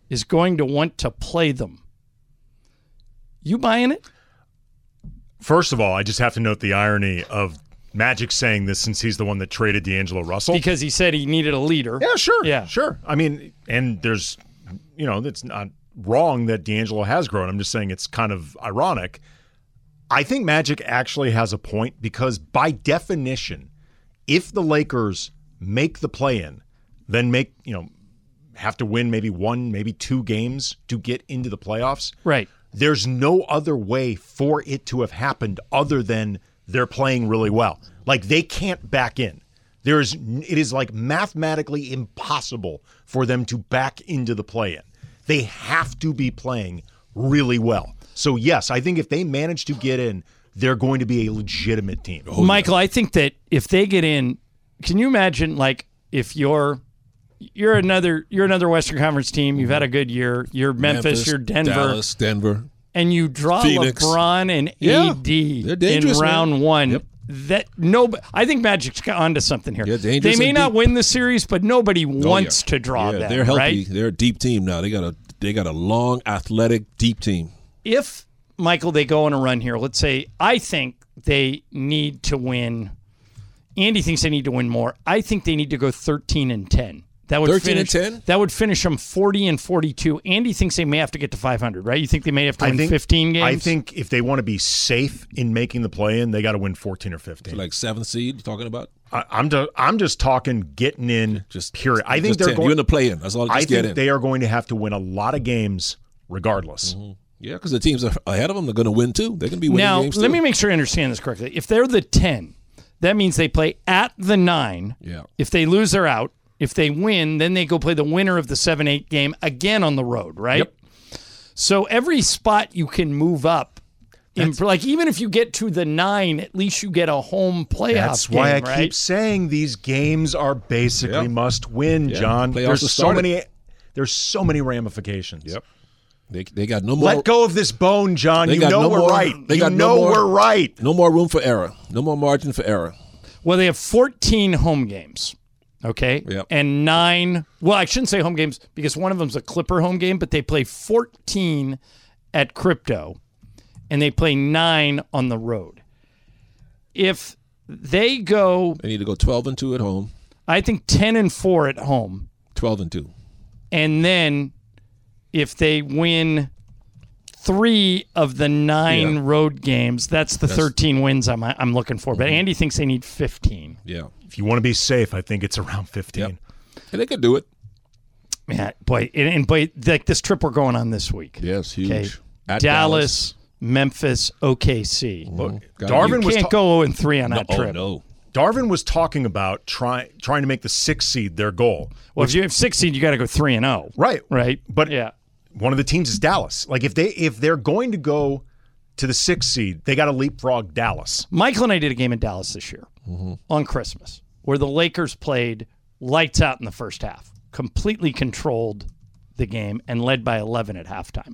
Speaker 3: is going to want to play them. You buying it?
Speaker 8: First of all, I just have to note the irony of Magic saying this since he's the one that traded D'Angelo Russell.
Speaker 3: Because he said he needed a leader.
Speaker 8: Yeah, sure. Yeah. Sure. I mean, and there's, you know, it's not wrong that D'Angelo has grown. I'm just saying it's kind of ironic. I think Magic actually has a point because by definition, if the Lakers make the play in, then make, you know, have to win maybe one, maybe two games to get into the playoffs.
Speaker 3: Right.
Speaker 8: There's no other way for it to have happened other than they're playing really well. Like they can't back in. There is it is like mathematically impossible for them to back into the play in. They have to be playing really well. So yes, I think if they manage to get in, they're going to be a legitimate team.
Speaker 9: Oh,
Speaker 3: Michael, I think that if they get in, can you imagine like if you're you're another you're another Western Conference team, you've had a good year, you're Memphis, you're Denver.
Speaker 9: Dallas, Denver.
Speaker 3: And you draw
Speaker 9: Phoenix.
Speaker 3: LeBron and
Speaker 9: Yeah.
Speaker 3: AD
Speaker 9: They're dangerous,
Speaker 3: in round
Speaker 9: man.
Speaker 3: one.
Speaker 9: Yep.
Speaker 3: That no, I think Magic's got onto something here. they
Speaker 9: dangerous
Speaker 3: may
Speaker 9: and
Speaker 3: not win the series, but nobody
Speaker 9: Oh,
Speaker 3: wants
Speaker 9: yeah.
Speaker 3: to draw
Speaker 9: Yeah,
Speaker 3: that.
Speaker 9: They're healthy.
Speaker 3: right?
Speaker 9: They're a deep team now. They got a they got a long, athletic, deep team.
Speaker 3: if Michael they go on a run here, let's say I think they need to win. Andy thinks they need to win more. I think they need to go thirteen and ten. That would
Speaker 9: 13 and
Speaker 3: finish, 10? That would finish them forty and forty-two. Andy thinks they may have to get to five hundred. Right? You think they may have to win fifteen games?
Speaker 8: I think if they want to be safe in making the play in, they got to win 14 or 15.
Speaker 9: Like seventh seed, you're talking about?
Speaker 8: I, I'm just I'm just talking getting in. Just period. I think
Speaker 9: just
Speaker 8: they're
Speaker 9: 10.
Speaker 8: going
Speaker 9: You're in the play-in. That's all, just
Speaker 8: I
Speaker 9: get
Speaker 8: think
Speaker 9: in.
Speaker 8: they are going to have to win a lot of games regardless.
Speaker 9: Mm-hmm. Yeah, because the teams ahead of them, they're going to win too. They're going to be winning
Speaker 3: now,
Speaker 9: games
Speaker 3: let
Speaker 9: too.
Speaker 3: me make sure I understand this correctly. If they're the 10, that means they play at the 9.
Speaker 9: Yeah.
Speaker 3: If they lose, they're out. If they win, then they go play the winner of the 7 8 game again on the road, right? Yep. So every spot you can move up. in- like even if you get to the nine, at least you get a home playoff.
Speaker 8: That's why
Speaker 3: game,
Speaker 8: I
Speaker 3: right?
Speaker 8: keep saying these games are basically must win,
Speaker 9: Yeah,
Speaker 8: John.
Speaker 9: playoffs
Speaker 8: There's
Speaker 9: are
Speaker 8: so
Speaker 9: started.
Speaker 8: many there's so many ramifications. Yep.
Speaker 9: They, they got no more.
Speaker 8: Let go of this bone, John.
Speaker 9: They
Speaker 8: you
Speaker 9: got
Speaker 8: know
Speaker 9: no
Speaker 8: we're
Speaker 9: more-
Speaker 8: right.
Speaker 9: They
Speaker 8: you
Speaker 9: got
Speaker 8: know
Speaker 9: no more,
Speaker 8: we're right.
Speaker 9: No more room for error. No more margin for error.
Speaker 3: Well, they have 14 home games. Okay. And nine. Well, I shouldn't say home games because one of them's a Clipper home game, but they play 14 at Crypto and they play nine on the road. If they go,
Speaker 9: they need to go 12 and 2 at home.
Speaker 3: I think 10 and 4 at home.
Speaker 9: 12 and 2.
Speaker 3: And then if they win three of the nine
Speaker 9: Yeah.
Speaker 3: road games, that's the
Speaker 9: That's-
Speaker 3: 13 wins I'm, I'm looking for.
Speaker 8: Mm-hmm.
Speaker 3: But Andy thinks they need 15.
Speaker 9: Yeah.
Speaker 8: If you want to be safe, I think it's around 15.
Speaker 9: And they could do it.
Speaker 3: Man, boy, and, and boy, like this trip we're going on this week.
Speaker 9: Yes,
Speaker 8: huge.
Speaker 3: Dallas,
Speaker 8: At Dallas. Mm-hmm.
Speaker 3: Memphis, OKC. Look,
Speaker 8: Darvin
Speaker 3: you
Speaker 8: was
Speaker 3: can't
Speaker 8: ta-
Speaker 3: go 0 and 3 on that trip.
Speaker 8: Darvin was talking about trying trying to make the sixth seed their goal.
Speaker 3: Well, if you have 16, you got to go 3 and 0.
Speaker 8: Right.
Speaker 3: Right.
Speaker 8: But yeah. one of the teams is Dallas. Like if they if they're going to go to the sixth seed, they got to leapfrog Dallas.
Speaker 3: Michael and I did a game in Dallas this year on Christmas where the Lakers played lights out in the first half, completely controlled the game, and led by 11 at halftime.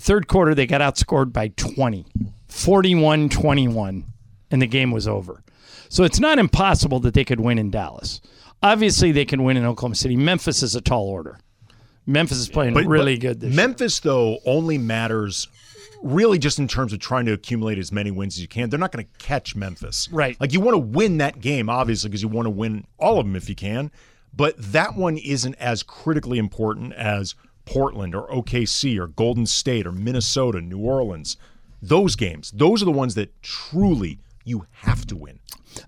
Speaker 3: Third quarter, they got outscored by 20, 41 21, and the game was over. So it's not impossible that they could win in Dallas. Obviously, they can win in Oklahoma City. Memphis is a tall order. Memphis is playing really good.
Speaker 8: Memphis though only matters really just in terms of trying to accumulate as many wins as you can. They're not going to catch Memphis.
Speaker 3: Right.
Speaker 8: Like you want to win that game obviously because you want to win all of them if you can, but that one isn't as critically important as Portland or OKC or Golden State or Minnesota, New Orleans. Those games, those are the ones that truly you have to win.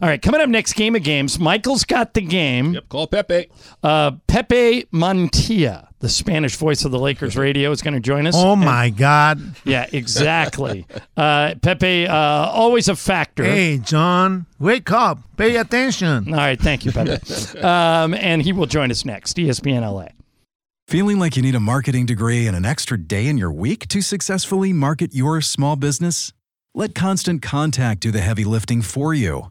Speaker 3: All right, coming up next game of games, Michael's got the game. Yep,
Speaker 9: call Pepe.
Speaker 3: Uh, Pepe Montilla, the Spanish voice of the Lakers radio, is going to join us.
Speaker 14: Oh
Speaker 3: And-
Speaker 14: my God!
Speaker 3: Yeah, exactly. uh, Pepe, uh, always a factor.
Speaker 14: Hey, John, wake up! Pay attention.
Speaker 3: All right, thank you, Pepe. um, and he will join us next, E ESPN LA.
Speaker 13: Feeling like you need a marketing degree and an extra day in your week to successfully market your small business? Let Constant Contact do the heavy lifting for you.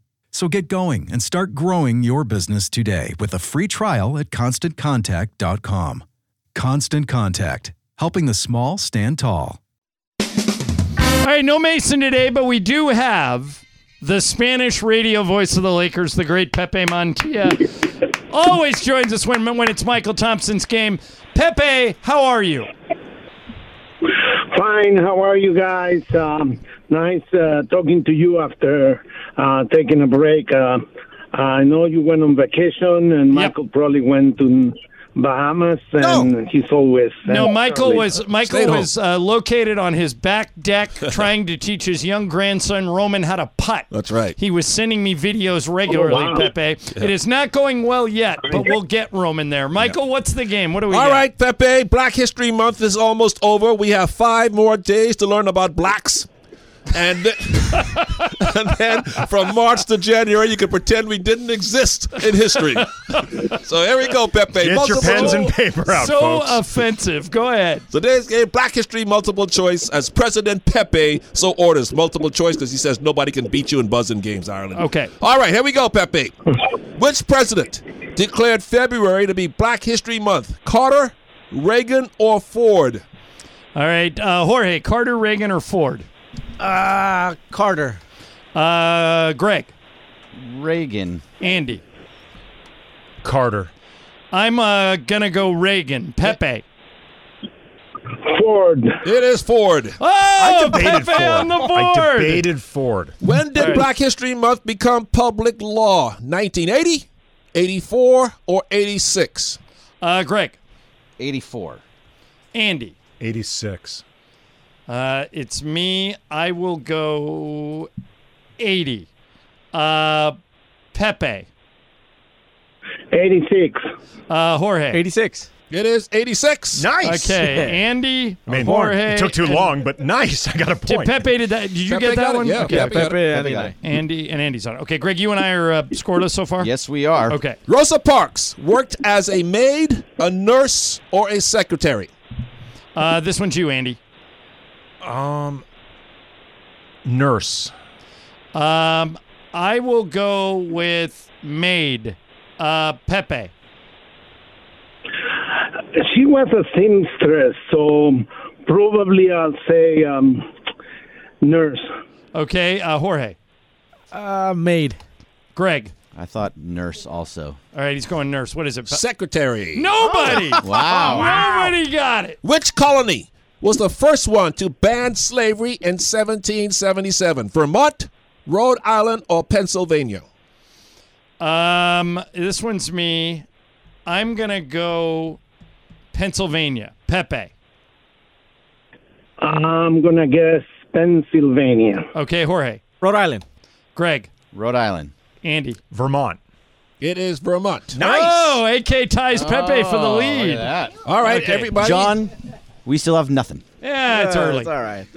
Speaker 13: So get going and start growing your business today with a free trial at constantcontact.com. Constant Contact, helping the small stand tall.
Speaker 3: All right, no Mason today, but we do have the Spanish radio voice of the Lakers, the great Pepe Montilla. Always joins us when, when it's Michael Thompson's game. Pepe, how are you?
Speaker 15: Fine. How are you guys? Um, nice uh, talking to you after uh, taking a break. Uh, I know you went on vacation, and Michael probably went to Bahamas, and he's always
Speaker 3: No,
Speaker 15: uh,
Speaker 3: Michael
Speaker 15: early.
Speaker 3: was Michael was uh, located on his back deck trying to teach his young grandson Roman how to putt.
Speaker 9: That's right.
Speaker 3: He was sending me videos regularly,
Speaker 9: wow.
Speaker 3: Pepe.
Speaker 9: Yeah.
Speaker 3: It is not going well yet, but we'll get Roman there. Michael, what's the game? What do we
Speaker 9: All
Speaker 3: got?
Speaker 9: right, Pepe. Black History Month is almost over. We have five more days to learn about blacks. And then, and then from March to January, you can pretend we didn't exist in history. So here we go, Pepe.
Speaker 3: Get your pens and paper out, So folks.
Speaker 9: uh,
Speaker 3: offensive. Go ahead.
Speaker 9: Today's game, Black History Multiple Choice, as President Pepe so orders multiple choice because he says nobody can beat you in buzzing games, Ireland.
Speaker 3: Okay.
Speaker 9: All right, here we go, Pepe. Which president declared February to be Black History Month? Carter, Reagan, or Ford?
Speaker 3: All right, uh, Jorge, Carter, Reagan, or Ford? Uh, Carter. Uh, Greg.
Speaker 4: Reagan.
Speaker 3: Andy.
Speaker 8: Carter.
Speaker 3: I'm uh, gonna go Reagan. Pepe.
Speaker 15: Ford.
Speaker 9: It is Ford.
Speaker 3: Oh, Pepe on the board.
Speaker 8: I debated Ford.
Speaker 9: When did Black History Month become public law? 1980, 84, or 86?
Speaker 3: Uh, Greg.
Speaker 4: 84.
Speaker 3: Andy.
Speaker 8: 86.
Speaker 3: Uh, it's me. I will go 80. Uh, Pepe.
Speaker 15: 86.
Speaker 3: Uh, Jorge.
Speaker 16: 86.
Speaker 9: It is 86.
Speaker 8: Nice.
Speaker 3: Okay,
Speaker 8: Yeah.
Speaker 3: Andy,
Speaker 8: I mean,
Speaker 3: Jorge.
Speaker 8: it took too
Speaker 3: and-
Speaker 8: long, but nice. I got a
Speaker 3: Did
Speaker 8: point.
Speaker 3: Pepe did that? Uh, Did you
Speaker 8: Pepe
Speaker 3: get
Speaker 8: got
Speaker 3: that
Speaker 8: it,
Speaker 3: one?
Speaker 8: yeah.
Speaker 3: Okay.
Speaker 8: Yeah, Pepe got it. Pepe Pepe got got it. it.
Speaker 3: Andy and Andy's on. it. Okay, Greg, you and I are uh, scoreless so far.
Speaker 4: Yes, we are.
Speaker 3: Okay.
Speaker 9: Rosa Parks worked as a maid, a nurse, or a secretary.
Speaker 3: Uh, this one's you, Andy.
Speaker 8: Um, nurse.
Speaker 3: Um, I will go with maid. Uh, Pepe.
Speaker 15: She was a seamstress, so probably I'll say um, nurse.
Speaker 3: Okay, uh, Jorge.
Speaker 16: Uh, maid.
Speaker 3: Greg.
Speaker 4: I thought nurse also.
Speaker 3: All right, he's going nurse. What is it? Pe-
Speaker 9: Secretary.
Speaker 3: Nobody.
Speaker 4: Wow.
Speaker 3: Nobody got it.
Speaker 9: Which colony was the first one to ban slavery in 1777? Vermont, Rhode Island, or Pennsylvania?
Speaker 3: Um, this one's me. I'm gonna go Pennsylvania. Pepe.
Speaker 15: I'm gonna guess Pennsylvania.
Speaker 3: Okay, Jorge.
Speaker 16: Rhode Island.
Speaker 3: Greg.
Speaker 4: Rhode Island.
Speaker 3: Andy.
Speaker 8: Vermont.
Speaker 9: It is Vermont.
Speaker 3: Oh, AK ties Pepe for the
Speaker 4: Oh, look at
Speaker 3: lead.
Speaker 4: that.
Speaker 9: All right,
Speaker 3: Okay.
Speaker 9: everybody.
Speaker 4: John, we still have nothing.
Speaker 3: Yeah, it's early.
Speaker 4: all right.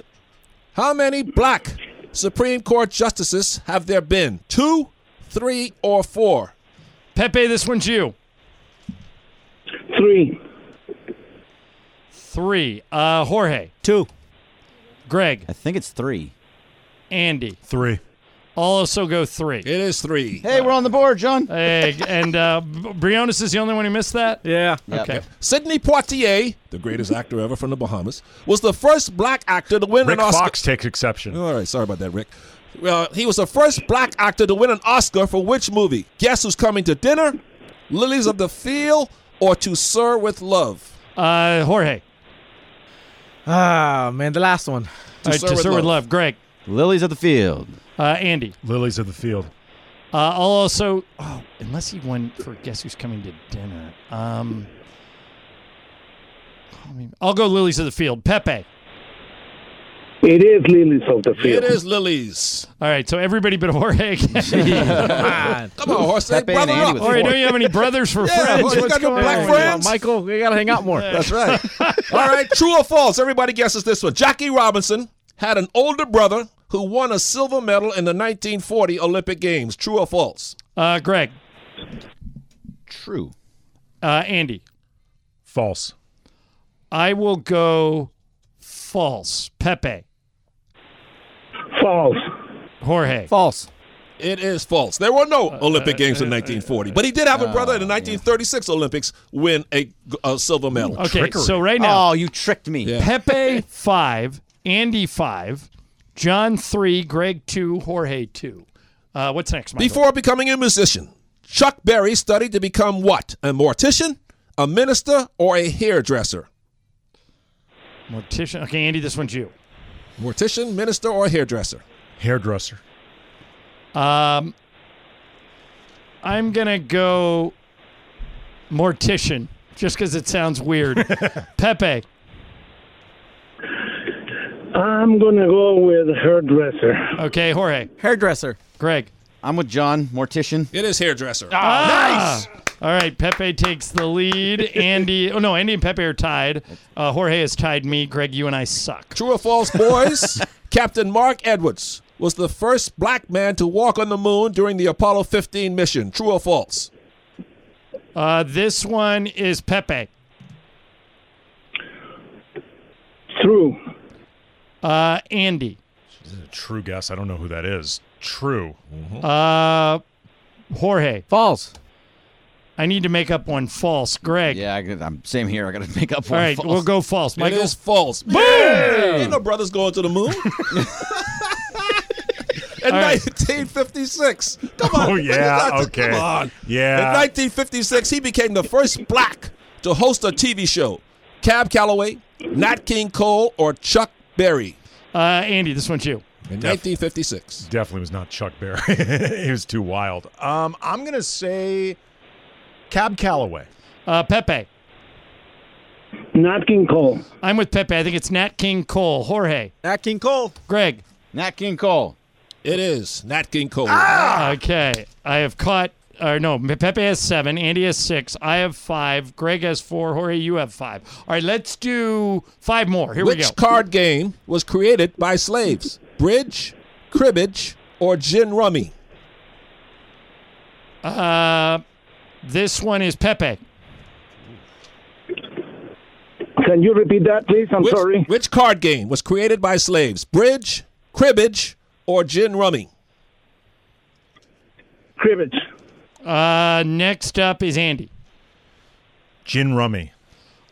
Speaker 9: How many black Supreme Court justices have there been? Two, three, or four?
Speaker 3: Pepe, this one's you.
Speaker 15: Three.
Speaker 3: Three. Uh, Jorge.
Speaker 16: Two.
Speaker 3: Greg.
Speaker 4: I think it's three.
Speaker 3: Andy.
Speaker 8: Three.
Speaker 3: Also go three. It
Speaker 9: is three.
Speaker 4: Hey, we're on the board, John.
Speaker 3: Hey, and uh, B- Briones is the only one who missed that.
Speaker 16: Yeah.
Speaker 3: Okay.
Speaker 9: Sidney Poitier, the greatest actor ever from the Bahamas, was the first black actor to win
Speaker 8: Rick
Speaker 9: an Oscar.
Speaker 8: Fox takes exception.
Speaker 9: All right, sorry about that, Rick. Well, he was the first black actor to win an Oscar for which movie? Guess who's coming to dinner? Lilies of the Field or To Sir with Love?
Speaker 3: Uh, Jorge.
Speaker 16: Ah, man, the last one.
Speaker 3: All right, to Sir with love. Greg.
Speaker 4: Lilies of the field.
Speaker 3: Uh, Andy.
Speaker 8: Lilies of the field.
Speaker 3: Uh, I'll also. Oh, unless he won for guess who's coming to dinner. Um, I mean, I'll go lilies of the field. Pepe.
Speaker 15: It is lilies of the field.
Speaker 9: lilies.
Speaker 3: All right, so everybody but Jorge. Come on,
Speaker 9: Come on, Jorge,
Speaker 3: Pepe
Speaker 9: brother
Speaker 3: and
Speaker 9: up.
Speaker 3: Andy with Jorge, don't you have any brothers for
Speaker 9: Yeah,
Speaker 3: friends?
Speaker 9: Jorge, you
Speaker 3: What's
Speaker 9: got no
Speaker 3: going
Speaker 9: black
Speaker 3: on?
Speaker 9: friends?
Speaker 16: Michael, we gotta hang out more.
Speaker 9: That's right. All right, true or false? Everybody guesses this one. Jackie Robinson had an older brother who won a silver medal in the 1940 Olympic Games. True or false?
Speaker 3: Uh, Greg,
Speaker 4: True.
Speaker 3: uh, Andy,
Speaker 8: False.
Speaker 3: I will go false. Pepe,
Speaker 15: false.
Speaker 3: Jorge, Uh,
Speaker 9: False. It is false. There were no Olympic Games in 1940, but he did have a brother in the 1936 Olympics win a, a silver medal.
Speaker 3: Okay, so right now,
Speaker 4: oh, you tricked me.
Speaker 3: Pepe five, Andy five, John three, Greg two, Jorge two. Uh, what's next, Michael?
Speaker 9: Before becoming a musician, Chuck Berry studied to become what? A mortician, a minister, or a hairdresser?
Speaker 3: Mortician. Okay, Andy, this one's you.
Speaker 9: Mortician, minister, or hairdresser?
Speaker 8: Hairdresser.
Speaker 3: Um, I'm gonna go mortician, just because it sounds weird. Pepe,
Speaker 15: I'm gonna go with hairdresser.
Speaker 3: Okay, Jorge.
Speaker 4: Hairdresser.
Speaker 3: Greg.
Speaker 4: I'm with John, mortician.
Speaker 9: It is hairdresser.
Speaker 3: Ah! All right, Pepe takes the lead. Andy, oh no, Andy and Pepe are tied. Uh, Jorge has tied me. Greg, you and I suck.
Speaker 9: True or false, boys? Captain Mark Edwards was the first black man to walk on the moon during the Apollo 15 mission. True or false?
Speaker 3: Uh, this one is Pepe.
Speaker 15: True.
Speaker 3: Uh, Andy.
Speaker 8: True guess. I don't know who that is. True.
Speaker 3: Uh, Jorge. False. I need to make up one false. Greg.
Speaker 4: Yeah, I, am same here. I got to make up
Speaker 3: All
Speaker 4: for
Speaker 3: right,
Speaker 4: false.
Speaker 3: we'll go false. Michael.
Speaker 9: It is false.
Speaker 3: Boom!
Speaker 9: Ain't no brothers going to the moon. In
Speaker 3: All right.
Speaker 9: 1956. Come on.
Speaker 8: Oh, yeah,
Speaker 9: Come
Speaker 8: okay.
Speaker 9: on.
Speaker 8: Yeah.
Speaker 9: In 1956, he became the first black to host a TV show. Cab Calloway, Nat King Cole, or Chuck Berry.
Speaker 3: Uh, Andy, this one's you.
Speaker 9: In 1956.
Speaker 8: Definitely was not Chuck Berry. he was too wild. Um, I'm gonna say Cab Calloway.
Speaker 3: Uh, Pepe.
Speaker 15: Nat King Cole.
Speaker 3: I'm with Pepe. I think it's Nat King Cole. Jorge.
Speaker 16: Nat King Cole.
Speaker 3: Greg.
Speaker 4: Nat King Cole.
Speaker 9: It is Nat King Cole.
Speaker 16: Ah!
Speaker 3: Okay. I have caught, or no, Pepe has seven, Andy has six, I have five, Greg has four, Jorge, you have five. All right, let's do five more. Here
Speaker 9: Which
Speaker 3: we go.
Speaker 9: card game was created by slaves? Bridge, cribbage, or gin rummy?
Speaker 3: Uh, this one is Pepe.
Speaker 15: Can you repeat that, please? I'm
Speaker 9: which,
Speaker 15: sorry.
Speaker 9: Which card game was created by slaves? Bridge, cribbage, or gin rummy?
Speaker 15: Cribbage.
Speaker 3: Uh, next up is Andy.
Speaker 8: Gin rummy.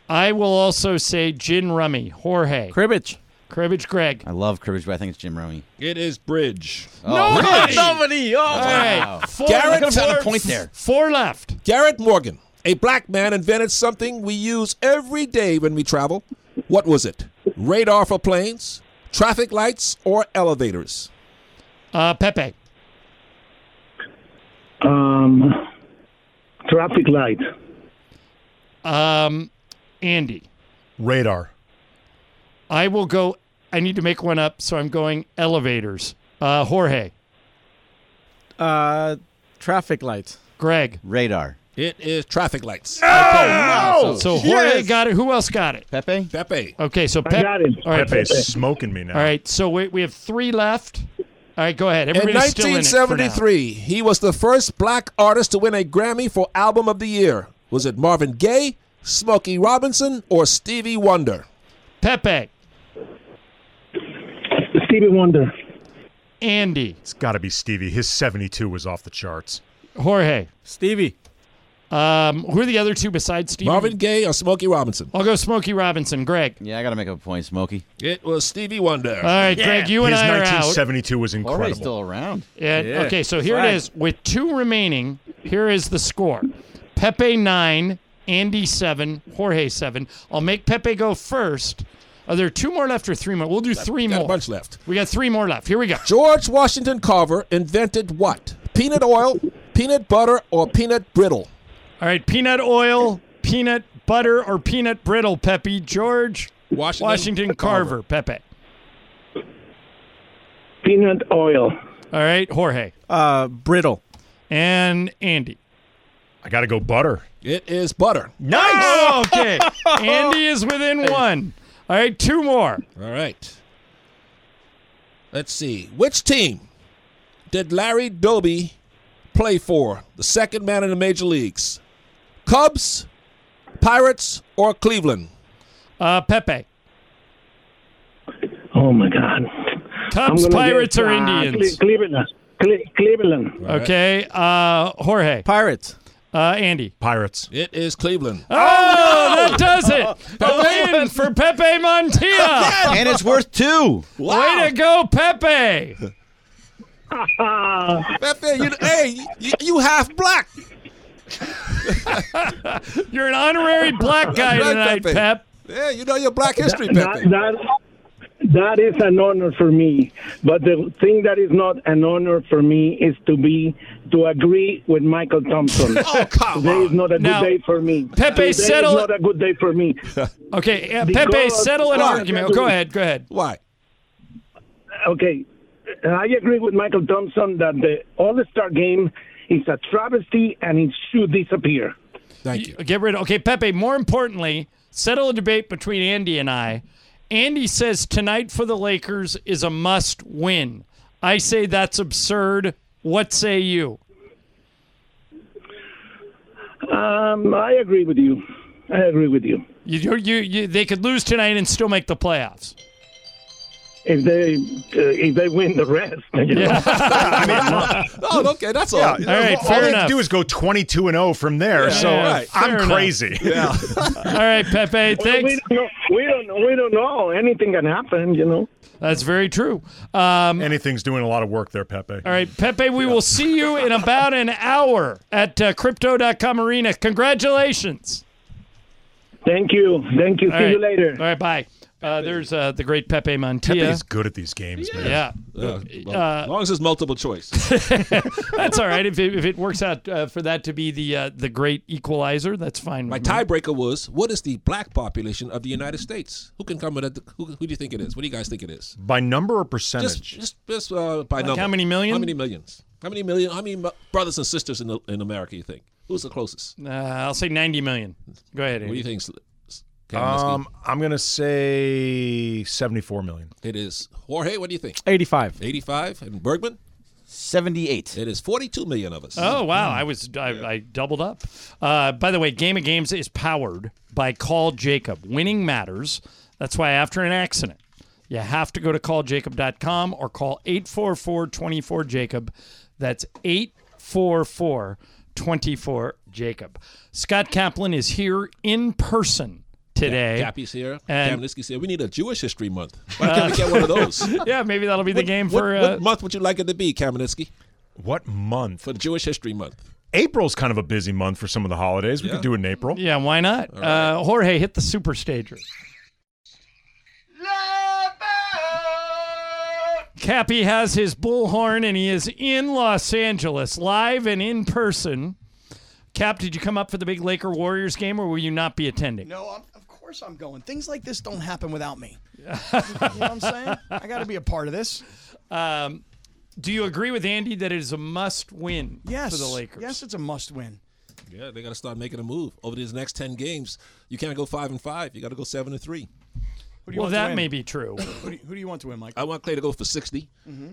Speaker 3: I will also say gin rummy. Jorge.
Speaker 16: Cribbage.
Speaker 3: Cribbage, Greg.
Speaker 4: I love cribbage, but I think it's Jim Romy.
Speaker 9: It is bridge.
Speaker 4: Oh,
Speaker 3: Nobody!
Speaker 16: Nobody. Oh,
Speaker 3: All
Speaker 4: Wow.
Speaker 3: right. Four,
Speaker 9: Garrett
Speaker 3: four-
Speaker 9: got a point there.
Speaker 3: Four left.
Speaker 9: Garrett Morgan, a black man, invented something we use every day when we travel. What was it? Radar for planes, traffic lights, or elevators?
Speaker 3: Uh, Pepe.
Speaker 15: Um, traffic light.
Speaker 3: Um, Andy.
Speaker 8: Radar.
Speaker 3: I will go. I need to make one up, so I'm going elevators. Uh, Jorge.
Speaker 16: Uh, traffic lights.
Speaker 3: Greg.
Speaker 4: Radar.
Speaker 9: It is traffic lights.
Speaker 3: So, so Jorge got it. Who else got it?
Speaker 4: Pepe?
Speaker 9: Pepe.
Speaker 3: Okay, so Pepe.
Speaker 15: got him.
Speaker 3: All right,
Speaker 8: Pepe's
Speaker 3: Pepe.
Speaker 8: smoking me now.
Speaker 3: All right, so we, we have three left. All right, go ahead.
Speaker 9: In
Speaker 3: Everybody's still in it for now.
Speaker 9: 1973, he was the first black artist to win a Grammy for Album of the Year. Was it Marvin Gaye, Smokey Robinson, or Stevie Wonder?
Speaker 3: Pepe,
Speaker 15: Stevie Wonder.
Speaker 3: Andy,
Speaker 8: It's got to be Stevie. His 72 was off the charts.
Speaker 3: Jorge.
Speaker 16: Stevie.
Speaker 3: Um, who are the other two besides Stevie?
Speaker 9: Marvin Gaye or Smokey Robinson?
Speaker 3: I'll go Smokey Robinson. Greg.
Speaker 4: Yeah, I got to make up a point, Smokey.
Speaker 9: It was Stevie Wonder.
Speaker 3: All right, Greg, you and
Speaker 8: His
Speaker 3: I are out.
Speaker 8: 1972 was
Speaker 4: Jorge's
Speaker 8: incredible.
Speaker 4: still around.
Speaker 3: And-
Speaker 16: Yeah.
Speaker 3: Okay, so here it
Speaker 16: Fine.
Speaker 3: is. With two remaining, here is the score Pepe nine, Andy seven, Jorge seven. I'll make Pepe go first. Are there two more left or three more? We'll do three
Speaker 9: Got
Speaker 3: more.
Speaker 9: a bunch left.
Speaker 3: We got three more left. Here we go.
Speaker 9: George Washington Carver invented what? Peanut oil, peanut butter, or peanut brittle?
Speaker 3: All right, peanut oil, peanut butter, or peanut brittle, Pepe. George
Speaker 9: Washington
Speaker 3: Washington Carver, Pepe.
Speaker 15: Peanut oil.
Speaker 3: All right, Jorge.
Speaker 16: Uh, brittle.
Speaker 3: And Andy.
Speaker 8: I got to go butter.
Speaker 9: It is butter.
Speaker 3: Nice. Oh, okay. Andy is within one. All right, two more.
Speaker 9: All right. Let's see. Which team did Larry Doby play for? The second man in the major leagues. Cubs, Pirates, or Cleveland?
Speaker 3: Uh, Pepe.
Speaker 15: Oh my God.
Speaker 3: Cubs,
Speaker 15: I'm gonna
Speaker 3: Pirates,
Speaker 15: guess,
Speaker 3: or
Speaker 15: uh,
Speaker 3: Indians?
Speaker 15: Cle- Cleveland. Cle- Cleveland.
Speaker 3: Okay. Uh, Jorge.
Speaker 16: Pirates.
Speaker 3: Uh, Andy.
Speaker 8: Pirates.
Speaker 9: It is Cleveland.
Speaker 3: Oh, that does it. The win for Pepe Montilla.
Speaker 4: Oh, and it's worth two.
Speaker 3: Way to go, Pepe.
Speaker 9: Pepe, you, hey, you, you half black.
Speaker 3: You're an honorary black guy
Speaker 9: Right,
Speaker 3: tonight,
Speaker 9: Pepe.
Speaker 3: Pep.
Speaker 9: Yeah, you know your black history,
Speaker 15: That,
Speaker 9: Pepe.
Speaker 15: that- that is an honor for me. But the thing that is not an honor for me is to be to agree with Michael Thompson.
Speaker 3: Oh, come
Speaker 15: Today is
Speaker 3: on.
Speaker 15: not a good
Speaker 3: Now,
Speaker 15: day for me.
Speaker 3: Pepe,
Speaker 15: Today
Speaker 3: settle-
Speaker 15: is not a good day for me.
Speaker 3: Okay, uh,
Speaker 15: Because-
Speaker 3: Pepe, settle an
Speaker 15: Why?
Speaker 3: argument. Go ahead. Go ahead.
Speaker 9: Why?
Speaker 15: Okay, Uh, I agree with Michael Thompson that the All Star game is a travesty and it should disappear.
Speaker 9: Thank you.
Speaker 3: Get rid of. Okay, Pepe. More importantly, settle a debate between Andy and I. Andy says tonight for the Lakers is a must win. I say that's absurd. What say you?
Speaker 15: Um, I agree with you. I agree with you.
Speaker 3: You, you, you, you they could lose tonight and still make the playoffs.
Speaker 15: If they uh, if they win the rest, you know.
Speaker 9: Oh, okay, that's all.
Speaker 8: Yeah,
Speaker 3: All right,
Speaker 8: all
Speaker 3: fair
Speaker 8: they
Speaker 3: enough.
Speaker 8: do is go 22 and 0 from there. so uh,
Speaker 3: Yeah, right.
Speaker 8: I'm
Speaker 3: fair enough.
Speaker 8: crazy.
Speaker 9: Yeah.
Speaker 3: All right, Pepe.
Speaker 15: Well,
Speaker 3: Thanks.
Speaker 15: we don't know. We don't know. We don't know. Anything can happen, you know.
Speaker 3: That's very true. Um,
Speaker 8: Anything's doing a lot of work there, Pepe.
Speaker 3: all right, Pepe. We will see you in about an hour at uh, Crypto.com Arena. Congratulations.
Speaker 15: Thank you. Thank you. See
Speaker 3: All right.
Speaker 15: you later.
Speaker 3: All right, bye. Uh, there's uh, the great Pepe Montilla.
Speaker 8: Pepe's good at these games, man.
Speaker 3: Yeah, Uh,
Speaker 9: Yeah, well, as long as it's multiple choice.
Speaker 3: that's all right. If it, if it works out uh, for that to be the uh, the great equalizer, that's fine.
Speaker 9: My
Speaker 3: with me.
Speaker 9: tiebreaker was: What is the black population of the United States? Who can come with that? Who, who do you think it is? What do you guys think it is?
Speaker 8: By number or percentage?
Speaker 9: Just, just, just uh, by
Speaker 3: Like
Speaker 9: number.
Speaker 3: how many million?
Speaker 9: How many millions? How many million? How many mu- brothers and sisters in the, in America? You think? Who's the closest?
Speaker 3: Uh, I'll say ninety million. Go ahead.
Speaker 9: What do
Speaker 3: Andy.
Speaker 9: you think? Sl- S- Kaminsky?
Speaker 8: um, I'm going to say 74 million.
Speaker 9: it is Jorge. What do you think?
Speaker 16: 85.
Speaker 9: Eighty-five and Bergman.
Speaker 4: 78.
Speaker 9: It is forty-two million of us.
Speaker 3: Oh wow! I was I, I doubled up. Uh, by the way, Game of Games is powered by Call Jacob. Winning matters. That's why after an accident, you have to go to calljacob.com or call 844-24-JACOB. That's 844-24-JACOB. Scott Kaplan is here in person today.
Speaker 9: Cappy's here.
Speaker 3: And- Uh,
Speaker 9: Kaminsky's here. We need a Jewish History Month. Why can't we get one of those?
Speaker 3: Yeah, maybe that'll be the game
Speaker 9: what,
Speaker 3: for.
Speaker 9: what
Speaker 3: uh,
Speaker 9: month would you like it to be, Kaminsky?
Speaker 8: What month?
Speaker 9: For the Jewish History Month.
Speaker 8: April's kind of a busy month for some of the holidays. We
Speaker 9: Yeah.
Speaker 8: could do it in April.
Speaker 3: yeah, why not? Uh, Jorge, hit the super stager. Cappy has his bullhorn and he is in Los Angeles, live and in person. Cap, did you come up for the big Laker Warriors game or will you not be attending?
Speaker 17: No, I'm, of course I'm going. Things like this don't happen without me. you know what I'm saying? I got to be a part of this.
Speaker 3: Um, do you agree with Andy that it is a must win
Speaker 17: Yes.
Speaker 3: for the Lakers?
Speaker 17: Yes, it's a must win.
Speaker 9: Yeah, they got to start making a move over these next ten games. You can't go five and five. You got to go seven and three.
Speaker 17: Who do you
Speaker 3: Well,
Speaker 17: want to
Speaker 3: that
Speaker 17: win?
Speaker 3: may be true.
Speaker 17: Who do, you, who do you want to win, Mike? Mm-hmm.
Speaker 9: I want Clay to go for 60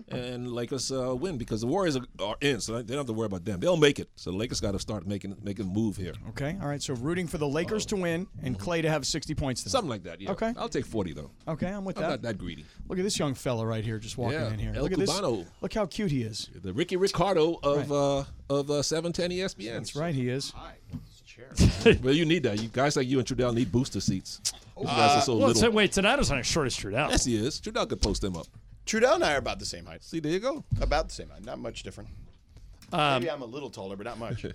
Speaker 9: and Lakers uh, win because the Warriors are, are in, so they don't have to worry about them. They'll make it. So the Lakers got to start making making a move here,
Speaker 17: Okay. All right. So rooting for the Lakers to win and Clay to have 60 points. Tonight.
Speaker 9: Mm-hmm. something like that. Yeah.
Speaker 17: Okay.
Speaker 9: I'll take 40 though.
Speaker 17: Okay, I'm with
Speaker 9: I'm
Speaker 17: that.
Speaker 9: not that greedy.
Speaker 17: Look at this young fella right here, just walking
Speaker 9: Yeah,
Speaker 17: in here.
Speaker 9: El
Speaker 17: look at
Speaker 9: Cubano.
Speaker 17: this. Look how cute he is.
Speaker 9: The Ricky Ricardo of uh, of uh, 710 ESPN.
Speaker 17: That's right, he is.
Speaker 9: well, you need that. You guys like you and Trudell need booster seats. You guys
Speaker 18: Uh,
Speaker 9: are so
Speaker 3: Uh, Well,
Speaker 9: little.
Speaker 3: so, wait, Donato's not as short as Trudell.
Speaker 9: yes, he is. Trudell could post them up.
Speaker 18: Trudell and I are about the same height.
Speaker 9: See, there you go.
Speaker 18: About the same height. Not much different.
Speaker 3: Um,
Speaker 18: Maybe I'm a little taller, but not much.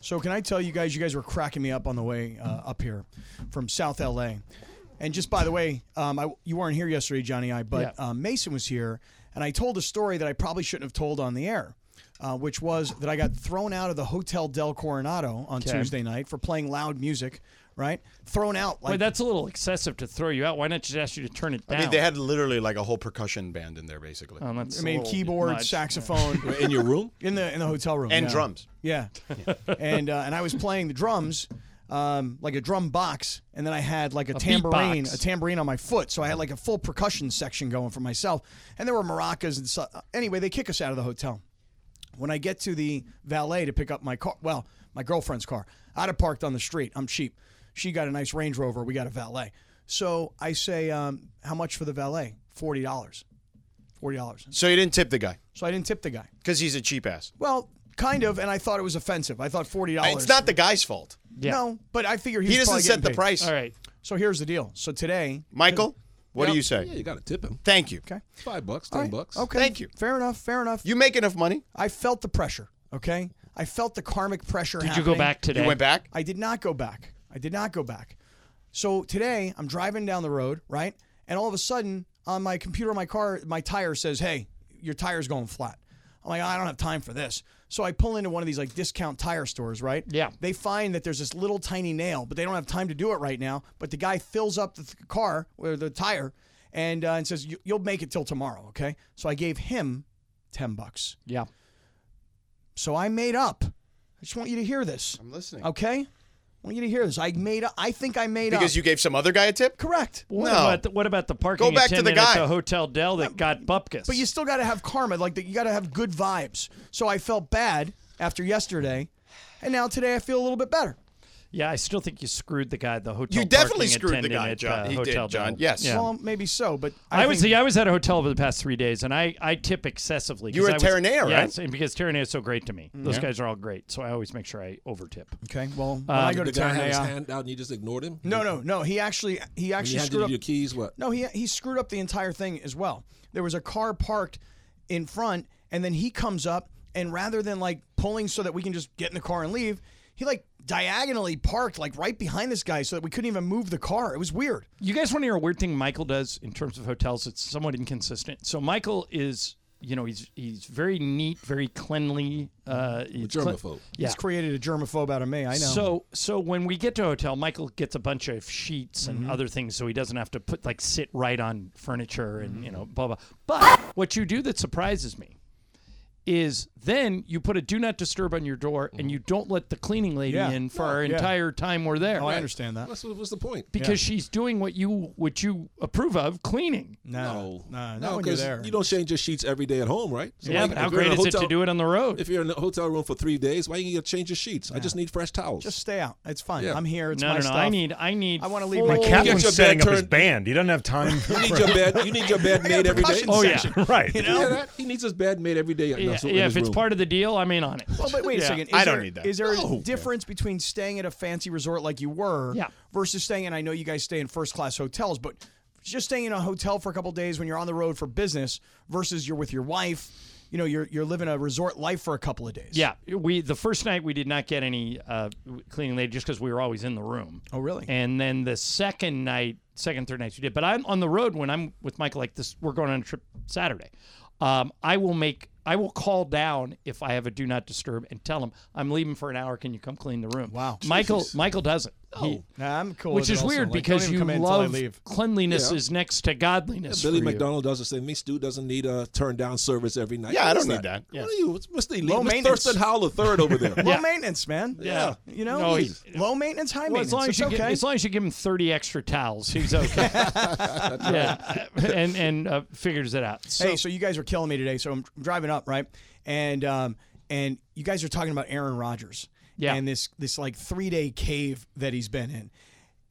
Speaker 17: So can I tell you guys? You guys were cracking me up on the way uh, up here from South LA. And just by the way, um, I, you weren't here yesterday, Johnny. I but
Speaker 3: Yeah.
Speaker 17: um, Mason was here, and I told a story that I probably shouldn't have told on the air, uh, which was that I got thrown out of the Hotel Del Coronado on
Speaker 3: Okay.
Speaker 17: Tuesday night for playing loud music right? Thrown out like
Speaker 3: Wait, that's a little excessive to throw you out. Why not just ask you to turn it down?
Speaker 18: I mean, they had literally like a whole percussion band in there, basically.
Speaker 3: Oh, that's
Speaker 17: I mean, keyboard, saxophone.
Speaker 18: In your room?
Speaker 17: In the in the hotel room.
Speaker 18: And
Speaker 17: yeah.
Speaker 18: drums.
Speaker 17: Yeah, and uh, and I was playing the drums. Um, like a drum box, and then I had like a,
Speaker 3: A
Speaker 17: tambourine,
Speaker 3: beatbox.
Speaker 17: a tambourine on my foot. So I had like a full percussion section going for myself. And there were maracas and stuff. Anyway, they kick us out of the hotel. When I get to the valet to pick up my car, well, my girlfriend's car, I'd have parked on the street. I'm cheap. She got a nice Range Rover. We got a valet. So I say, um, how much for the valet? Forty dollars. Forty dollars.
Speaker 18: So you didn't tip the guy
Speaker 17: So I didn't tip the guy.
Speaker 18: because he's a cheap ass.
Speaker 17: Well, kind of, and I thought it was offensive. I thought forty dollars.
Speaker 18: It's not the guy's fault.
Speaker 17: No, but I figure he's
Speaker 18: He doesn't
Speaker 17: probably
Speaker 18: set
Speaker 17: getting
Speaker 18: the
Speaker 17: paid.
Speaker 18: price. All
Speaker 3: right.
Speaker 17: So here's the deal. So today,
Speaker 18: Michael, what
Speaker 17: Yep.
Speaker 18: do you say?
Speaker 17: Yeah, you
Speaker 9: gotta tip him.
Speaker 18: Thank you.
Speaker 17: Okay.
Speaker 9: Five bucks,
Speaker 17: All
Speaker 9: ten
Speaker 17: right.
Speaker 9: bucks.
Speaker 17: Okay. Thank you. Fair enough. Fair enough.
Speaker 18: You make enough money.
Speaker 17: I felt the pressure. Okay. I felt the karmic pressure.
Speaker 3: Did you go
Speaker 17: happening.
Speaker 3: back today? You went
Speaker 18: back?
Speaker 17: I did not go back. I did not go back. So today I'm driving down the road, right? And all of a sudden on my computer, my car, my tire says, "Hey, your tire's going flat." I'm like, I don't have time for this. So I pull into one of these like discount tire stores, right? Yeah. They find that there's this little tiny nail, but they don't have time to do it right now. But the guy fills up the th- car or the tire and, uh, and says, "You- You'll make it till tomorrow, okay? So I gave him 10 bucks.
Speaker 3: Yeah.
Speaker 17: So I made up. I just want you to hear this.
Speaker 18: I'm listening.
Speaker 17: Okay? I want you to hear this. I made up. I think I made up.
Speaker 18: Because you gave some other guy a tip?
Speaker 17: Correct.
Speaker 3: What
Speaker 17: No.
Speaker 3: about the, what about the parking
Speaker 17: Go back to the
Speaker 3: attendant at
Speaker 17: guy.
Speaker 3: the Hotel Dell that got bupkis?
Speaker 17: But you still got to have karma. Like that, you got to have good vibes. So I felt bad after yesterday, and now today I feel a little bit better.
Speaker 3: yeah, I still think you screwed the guy at the hotel.
Speaker 17: You definitely
Speaker 3: parking
Speaker 17: screwed the
Speaker 3: attendant
Speaker 17: guy,
Speaker 3: at,
Speaker 17: John.
Speaker 3: uh,
Speaker 17: He did,
Speaker 3: Hotel
Speaker 17: John.
Speaker 3: Del.
Speaker 17: Yes.
Speaker 3: Yeah.
Speaker 17: Well, maybe so, but I
Speaker 3: I, was
Speaker 17: think-
Speaker 3: yeah, I was at a hotel for the past three days, and I, I tip excessively. 'cause
Speaker 17: You were
Speaker 3: I
Speaker 17: at
Speaker 3: was-
Speaker 17: Terranea, right?
Speaker 3: Yes, and because Terranea is so great to me. Those
Speaker 17: Mm-hmm. Yeah.
Speaker 3: guys are all great, so I always make sure I overtip.
Speaker 17: Okay, well, when
Speaker 3: Um,
Speaker 17: I go to
Speaker 9: the guy had his
Speaker 17: Terranea-
Speaker 9: hand out and you just ignored him.
Speaker 17: No, no, no. He actually, he
Speaker 9: When you
Speaker 17: actually
Speaker 9: handed
Speaker 17: screwed
Speaker 9: him
Speaker 17: up
Speaker 9: your keys. What?
Speaker 17: No, he he screwed up the entire thing as well. There was a car parked in front, and then he comes up, and rather than like pulling so that we can just get in the car and leave, he like diagonally parked like right behind this guy so that we couldn't even move the car. It was weird.
Speaker 3: You guys want to hear a weird thing Michael does in terms of hotels? It's somewhat inconsistent. So Michael is, you know, he's he's very neat, very cleanly. Uh, he's cle- Yeah.
Speaker 17: Mm-hmm. He's created a germaphobe out of me. I know.
Speaker 3: So so when we get to a hotel, Michael gets a bunch of sheets and
Speaker 17: Mhm.
Speaker 3: other things, so he doesn't have to put like sit right on furniture and you know
Speaker 17: Mm-hmm.
Speaker 3: blah blah. But what you do that surprises me is then you put a do not disturb on your door
Speaker 17: Mm-hmm.
Speaker 3: and you don't let the cleaning lady
Speaker 9: Yeah.
Speaker 3: in for
Speaker 9: Yeah,
Speaker 3: our
Speaker 9: yeah.
Speaker 3: entire time we're
Speaker 17: Oh,
Speaker 3: there.
Speaker 9: Right. What's, what's the point?
Speaker 3: Because she's doing what you what you approve of, cleaning.
Speaker 9: No,
Speaker 3: no, not when you're
Speaker 9: 'cause
Speaker 3: there.
Speaker 9: You don't change your sheets every day at home, right?
Speaker 3: Yeah, but
Speaker 9: if
Speaker 3: how
Speaker 9: you're in
Speaker 3: great
Speaker 9: a
Speaker 3: is it to do it on the road?
Speaker 9: If you're in a hotel room for three days, why you gonna change your sheets? I just need fresh towels.
Speaker 17: Just stay out. It's fine.
Speaker 9: Yeah.
Speaker 17: I'm here. It's
Speaker 9: No,
Speaker 17: my
Speaker 9: no, no,
Speaker 17: stuff.
Speaker 9: I
Speaker 8: need-
Speaker 3: I need.
Speaker 17: I want to leave.
Speaker 8: My
Speaker 17: my
Speaker 8: captain's
Speaker 9: your bed
Speaker 8: setting up his
Speaker 9: turned-
Speaker 8: band. He doesn't have time.
Speaker 9: You need your bed. You need your bed made every day.
Speaker 8: Oh yeah, right.
Speaker 9: You know that he needs his bed made every day.
Speaker 3: Yeah, yeah, if it's part of the deal, I'm in on it.
Speaker 17: Well, but wait a
Speaker 3: Yeah.
Speaker 17: second. Is there- Is there a difference between staying at a fancy resort like you were versus staying in, I know you guys stay in first class hotels, but just staying in a hotel for a couple days when you're on the road for business versus you're with your wife, you know, you're, you're living a resort life for a couple of days.
Speaker 3: Yeah, we the first night we did not get any uh, cleaning lady just because we were always in the room.
Speaker 17: Oh, really?
Speaker 3: And then the second night, second third nights we did. But I'm on the road when I'm with Michael. Like this, we're going on a trip Saturday. Um, I will make. I will call down if I have a do not disturb and tell him I'm leaving for an hour. Can you come clean the room? Wow, Michael.
Speaker 17: Jeez.
Speaker 3: Michael doesn't. He-
Speaker 17: Oh, Nah, I'm cool
Speaker 3: Which
Speaker 17: with it
Speaker 3: is
Speaker 17: also.
Speaker 3: weird
Speaker 17: Like, don't
Speaker 3: because
Speaker 17: even
Speaker 3: you
Speaker 17: come in till I
Speaker 3: love
Speaker 17: leave.
Speaker 3: cleanliness
Speaker 9: Yeah.
Speaker 3: is next to godliness.
Speaker 9: Billy
Speaker 3: for you.
Speaker 9: McDonald does the same. Me, Stu doesn't need a turn down service every night.
Speaker 17: Yeah, I
Speaker 9: What
Speaker 17: don't
Speaker 9: is
Speaker 17: need
Speaker 9: that.
Speaker 17: that. Yeah.
Speaker 9: What are you? What's, what's the
Speaker 17: Low
Speaker 9: Mr.
Speaker 17: maintenance.
Speaker 9: Thurston Howell III over there?
Speaker 17: Low maintenance, man.
Speaker 9: Yeah.
Speaker 17: You know,
Speaker 9: No,
Speaker 3: he's-
Speaker 17: low maintenance, high
Speaker 3: Well,
Speaker 17: maintenance.
Speaker 3: as long as
Speaker 17: It's
Speaker 3: you
Speaker 17: okay.
Speaker 3: give, as long as you give him thirty extra towels, he's okay. yeah, and and uh, figures it out. So,
Speaker 17: hey, so you guys were killing me today. So I'm I'm driving up, right? And um, and you guys are talking about Aaron Rodgers.
Speaker 3: Yeah.
Speaker 17: And this this like three day cave that he's been in.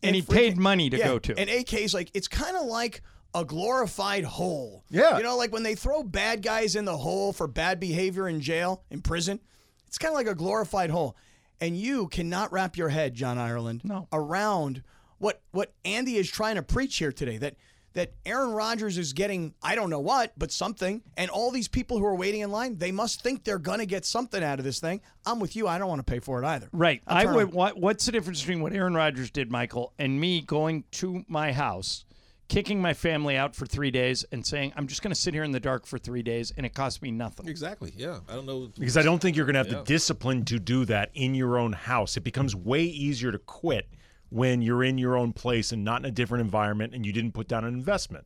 Speaker 3: And he paid money to
Speaker 17: yeah,
Speaker 3: go to.
Speaker 17: And AK's like it's kind of like a glorified hole.
Speaker 3: Yeah.
Speaker 17: You know, like when they throw bad guys in the hole for bad behavior in jail, in prison, it's kind of like a glorified hole. And you cannot wrap your head, John Ireland, no. around what what Andy is trying to preach here today that that Aaron Rodgers is getting I don't know what, but something, and all these people who are waiting in line, they must think they're going to get something out of this thing. I'm with you. I don't want to pay for it either.
Speaker 3: right,
Speaker 17: I'll
Speaker 3: I
Speaker 17: turn
Speaker 3: would.
Speaker 17: on-
Speaker 3: What, what's the difference between what Aaron Rodgers did, Michael, and me going to my house, kicking my family out for three days, and saying I'm just going to sit here in the dark for three days, and it cost me nothing.
Speaker 9: Exactly. Yeah. I don't know.
Speaker 8: Because I don't think you're going to have
Speaker 9: Yeah.
Speaker 8: the discipline to do that in your own house. It becomes way easier to quit when you're in your own place and not in a different environment and you didn't put down an investment.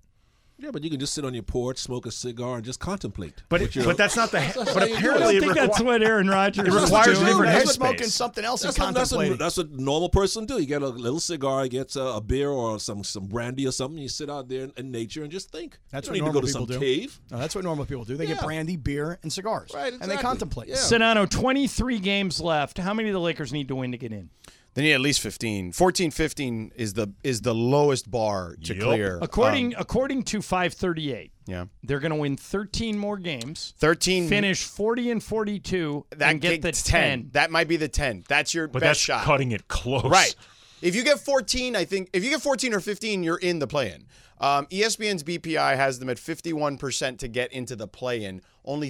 Speaker 9: Yeah, but you can just sit on your porch, smoke a cigar, and just contemplate.
Speaker 8: But
Speaker 9: what
Speaker 8: it-
Speaker 9: you're-
Speaker 8: but that's not the- but
Speaker 9: how you do
Speaker 8: apparently I don't it think that's requi- what Aaron Rodgers it is requires doing. a different
Speaker 9: That's what-
Speaker 8: smoking something else
Speaker 9: That's
Speaker 8: and
Speaker 9: what, that's, what,
Speaker 8: contemplating.
Speaker 9: that's what normal person do. You get a little cigar, gets a, a beer or some some brandy or something. You sit out there in, in nature and just think.
Speaker 17: That's
Speaker 9: you don't
Speaker 17: what
Speaker 9: need to
Speaker 17: normal
Speaker 9: go to
Speaker 17: people
Speaker 9: some
Speaker 17: do.
Speaker 9: cave.
Speaker 17: No, that's what normal people do. They get
Speaker 9: Yeah.
Speaker 17: brandy, beer, and cigars, right? And they
Speaker 9: exactly.
Speaker 17: contemplate.
Speaker 3: Sonano, 23 games left. How many do the Lakers need to win to get in?
Speaker 18: They need at least 15. 14, 15 is the is the lowest bar to clear.
Speaker 3: According
Speaker 18: Um,
Speaker 3: according to 538,
Speaker 18: yeah.
Speaker 3: they're going to win 13 more games.
Speaker 18: 13
Speaker 3: Finish 40 and 42
Speaker 18: that
Speaker 3: and get the
Speaker 18: 10. That might be the 10. That's your
Speaker 8: But
Speaker 18: best
Speaker 8: that's
Speaker 18: shot.
Speaker 8: cutting it close.
Speaker 18: Right. If you get 14, I think if you get 14 or 15, you're in the play-in. Um, ESPN's BPI has them at 51% to get into the play-in. Only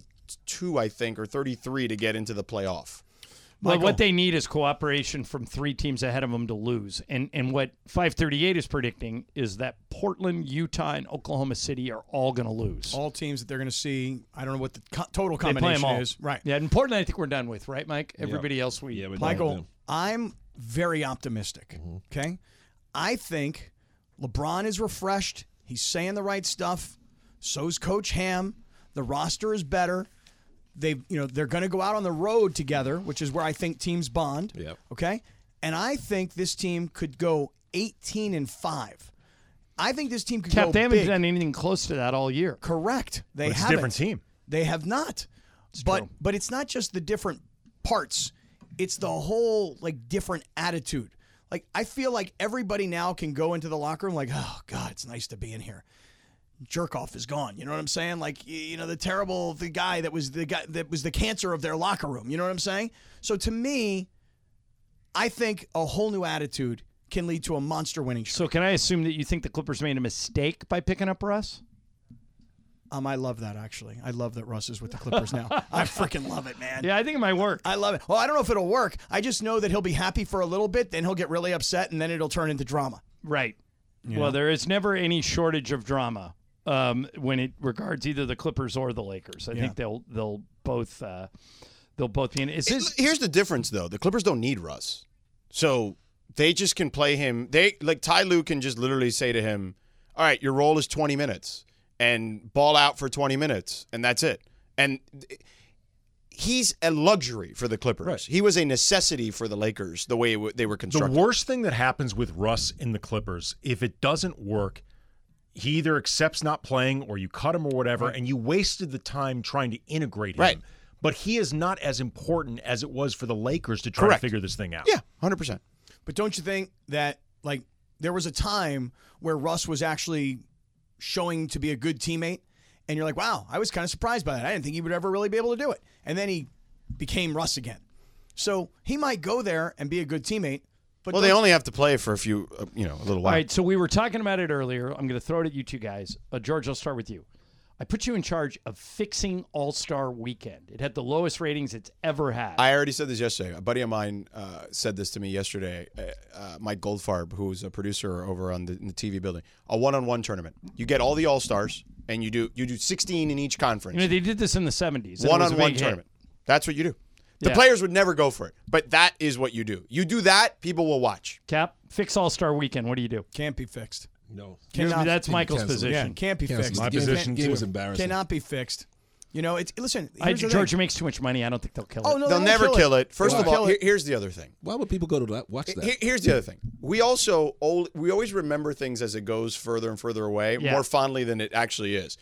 Speaker 18: 32, I think, or 33 to get into the playoff.
Speaker 3: Well,
Speaker 18: Michael.
Speaker 3: what they need is cooperation from three teams ahead of them to lose. And and what 538 is predicting is that Portland, Utah, and Oklahoma City are all going to lose.
Speaker 17: All teams that they're going to see. I don't know what the co- total
Speaker 3: They play 'em
Speaker 17: combination
Speaker 3: all.
Speaker 17: is. Right.
Speaker 3: Yeah, and Portland, I think we're done with, right, Mike? Everybody else we,
Speaker 17: Michael, I'm very optimistic. Okay, I think LeBron is refreshed. He's saying the right stuff. So's Coach Ham. The roster is better. They, have you know, they're going to go out on the road together, which is where I think teams bond.
Speaker 9: Yep.
Speaker 17: Okay, and I think this team could go 18 and five. I think this team could
Speaker 3: Cap,
Speaker 17: go
Speaker 3: they haven't
Speaker 17: big.
Speaker 3: done anything close to that all year.
Speaker 17: Correct. They
Speaker 3: But it's a
Speaker 17: haven't.
Speaker 3: different team.
Speaker 17: They have not. but but it's not just the different parts. It's the whole like different attitude. Like I feel like everybody now can go into the locker room like, oh God, it's nice to be in here. Jerkoff is gone. You know what I'm saying? Like y- you know the terrible the guy that was the guy that was the cancer of their locker room. You know what I'm saying? So to me, I think a whole new attitude can lead to a monster winning streak.
Speaker 3: So can I assume that you think the Clippers made a mistake by picking up Russ?
Speaker 17: Um, I love that actually. I love that Russ is with the Clippers now. I freaking love it, man. Yeah,
Speaker 3: I think it might work.
Speaker 17: I love it. Well, I don't know if it'll work. I just know that he'll be happy for a little bit, then he'll get really upset, and then it'll turn into drama.
Speaker 3: Right.
Speaker 17: You know?
Speaker 3: Well, there is never any shortage of drama um, when it regards either the Clippers or the Lakers. I
Speaker 18: Yeah.
Speaker 3: think they'll they'll both uh, they'll both be in. Is this
Speaker 18: Here's the difference, though. The Clippers don't need Russ, so they just can play him. They like Ty Lue can just literally say to him, "All right, your role is 20 minutes, and ball out for 20 minutes, and that's it." And he's a luxury for the Clippers. He was a necessity for the Lakers the way it w- they were
Speaker 8: The
Speaker 18: constructed.
Speaker 8: worst thing that happens with Russ in the Clippers, if it doesn't work, he either accepts not playing or you cut him or whatever, and you wasted the time trying to integrate him. Right. But he is not as important as it was for the Lakers to try
Speaker 17: Correct.
Speaker 8: to figure this thing out.
Speaker 18: Yeah, hundred percent.
Speaker 17: But don't you think that like there was a time where Russ was actually showing to be a good teammate, and you're like, wow, I was kind of surprised by that. I didn't think he would ever really be able to do it, and then he became Russ again. So he might go there and be a good teammate, but
Speaker 18: well, they
Speaker 17: don't-
Speaker 18: only have to play for a few, uh, you know, a little
Speaker 3: All
Speaker 18: while.
Speaker 3: right, so we were talking about it earlier. I'm going to throw it at you two guys. Uh, George, I'll start with you. I put you in charge of fixing All Star Weekend. It had the lowest ratings it's ever had.
Speaker 18: I already said this yesterday. A buddy of mine uh, said this to me yesterday. Uh, uh, Mike Goldfarb, who's a producer over on the, in the TV building, a one-on-one tournament. You get all the all stars, and you do you do 16 in each
Speaker 3: You
Speaker 18: conference.
Speaker 3: know, they did this in the 70s. and it was a
Speaker 18: one-on-one
Speaker 3: big hit.
Speaker 18: tournament. That's what you do. The
Speaker 3: Yeah.
Speaker 18: players would never go for it, but that is what you do. You do that, people will watch.
Speaker 3: Cap, fix All Star Weekend. What do you do?
Speaker 17: Can't be fixed.
Speaker 9: No.
Speaker 17: Cannot-
Speaker 3: That's Michael's position.
Speaker 17: Yeah, can't be fixed.
Speaker 3: My
Speaker 17: Can't-
Speaker 3: position,
Speaker 17: can't-
Speaker 3: too. was embarrassing.
Speaker 17: Cannot be fixed. You know, it's listen.
Speaker 3: I,
Speaker 17: here's the thing.
Speaker 3: George makes too much money. I don't think they'll kill it.
Speaker 17: Oh, no, they They'll won't never kill it. kill it.
Speaker 18: First
Speaker 17: Why?
Speaker 18: of all,
Speaker 17: Kill it.
Speaker 18: here, here's the other thing.
Speaker 9: Why would people go to that? Watch that.
Speaker 18: Here- Here's the other thing. We also ol- we always remember things as it goes further and further away
Speaker 9: Yeah.
Speaker 18: more fondly than it actually is.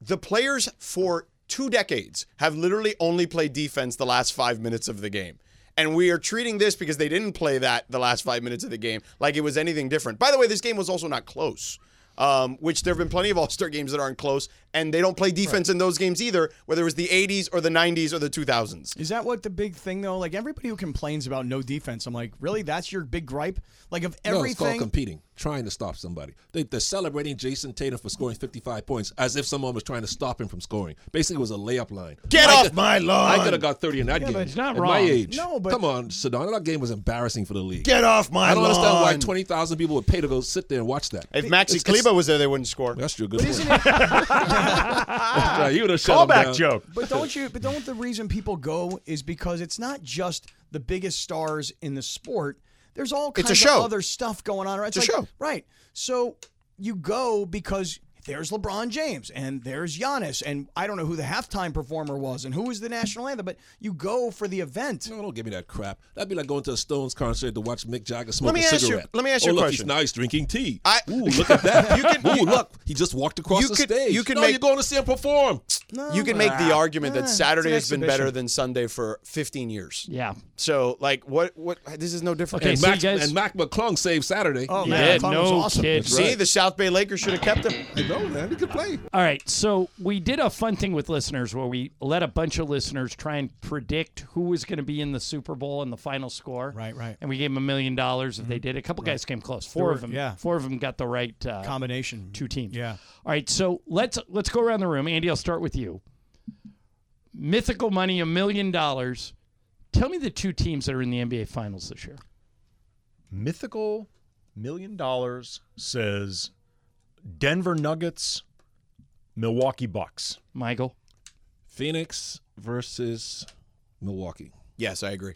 Speaker 18: The players for two decades have literally only played defense the last five minutes of the game. And we are treating this because they didn't play that the last five minutes of the game like it was anything different. By the way, this game was also not close, um, which there have been plenty of All Star games that aren't close, and they don't play defense in those games either, whether it was the 80s or the 90s or the 2000s.
Speaker 17: Is that what the big thing though? Like everybody who complains about no defense, I'm like, really? That's your big gripe? Like of
Speaker 9: No, it's called
Speaker 17: everything.
Speaker 9: competing, trying to stop somebody. They, they're celebrating Jason Tatum for scoring 55 points as if someone was trying to stop him from scoring. Basically, it was a layup line.
Speaker 17: Get
Speaker 9: I
Speaker 17: off
Speaker 9: could-
Speaker 17: my lawn!
Speaker 9: I could have got 30 in that
Speaker 17: Yeah,
Speaker 9: game.
Speaker 17: but it's not
Speaker 9: at my
Speaker 17: wrong.
Speaker 9: age.
Speaker 17: No, but-
Speaker 9: Come on, Sedona, that game was embarrassing for the league.
Speaker 18: Get off my
Speaker 9: I don't understand why
Speaker 18: lawn!
Speaker 9: 20,000 people would pay to go sit there and watch that.
Speaker 18: If Maxi
Speaker 9: It's- it's-
Speaker 18: Kleba was there, they wouldn't score.
Speaker 9: That's true. Good point. Yeah, you would have shut him
Speaker 18: Callback
Speaker 9: down.
Speaker 18: joke.
Speaker 17: But don't you? But don't the reason people go is because it's not just the biggest stars in the sport. There's all
Speaker 18: It's
Speaker 17: kinds
Speaker 18: a show.
Speaker 17: of other stuff going on. Right?
Speaker 18: It's a
Speaker 17: like-
Speaker 18: show.
Speaker 17: Right. So you go because there's LeBron James and there's Giannis and I don't know who the halftime performer was and who was the national anthem, but you go for the event.
Speaker 9: No, don't give me that crap. That'd be like going to a Stones concert to watch Mick Jagger smoke
Speaker 18: me
Speaker 9: a
Speaker 18: ask you-
Speaker 9: cigarette.
Speaker 18: let me ask
Speaker 9: oh,
Speaker 18: you a
Speaker 9: look,
Speaker 18: question.
Speaker 9: He's, now he's drinking tea.
Speaker 18: I-
Speaker 9: Ooh, look at that. you can, Ooh, look, he just walked across
Speaker 18: you
Speaker 9: the
Speaker 18: could-
Speaker 9: stage.
Speaker 18: you could
Speaker 9: no,
Speaker 18: make-
Speaker 9: you're going to see him perform.
Speaker 18: you can make the
Speaker 9: Ah.
Speaker 18: argument
Speaker 9: Ah,
Speaker 18: that Saturday
Speaker 9: it's
Speaker 18: has
Speaker 9: an
Speaker 18: been better
Speaker 9: exhibition.
Speaker 18: than Sunday for 15 years.
Speaker 3: Yeah.
Speaker 18: So like what what this is no different.
Speaker 9: and, Mac, and Mac McClung saved Saturday.
Speaker 18: Oh,
Speaker 3: man, Yeah, McClung was no awesome. kid.
Speaker 18: See, the South Bay Lakers should have kept him.
Speaker 9: No, man, he could play.
Speaker 3: All right, so we did a fun thing with listeners where we let a bunch of listeners try and predict who was going to be in the Super Bowl and the final score. Right, right. And we gave them a million dollars if they did. A couple guys came close. Four
Speaker 17: There
Speaker 3: of
Speaker 17: Mm-hmm. were-
Speaker 3: them.
Speaker 17: yeah.
Speaker 3: Four of them got the right uh,
Speaker 17: combination.
Speaker 3: Two teams.
Speaker 17: Yeah.
Speaker 3: All right, so let's let's go around the room. Andy, I'll start with you. Mythical money, a million dollars. Tell me the two teams that are in the NBA Finals this year.
Speaker 8: Mythical million dollars says Denver Nuggets, Milwaukee Bucks.
Speaker 3: Michael.
Speaker 9: Phoenix versus Milwaukee.
Speaker 18: Yes, I agree.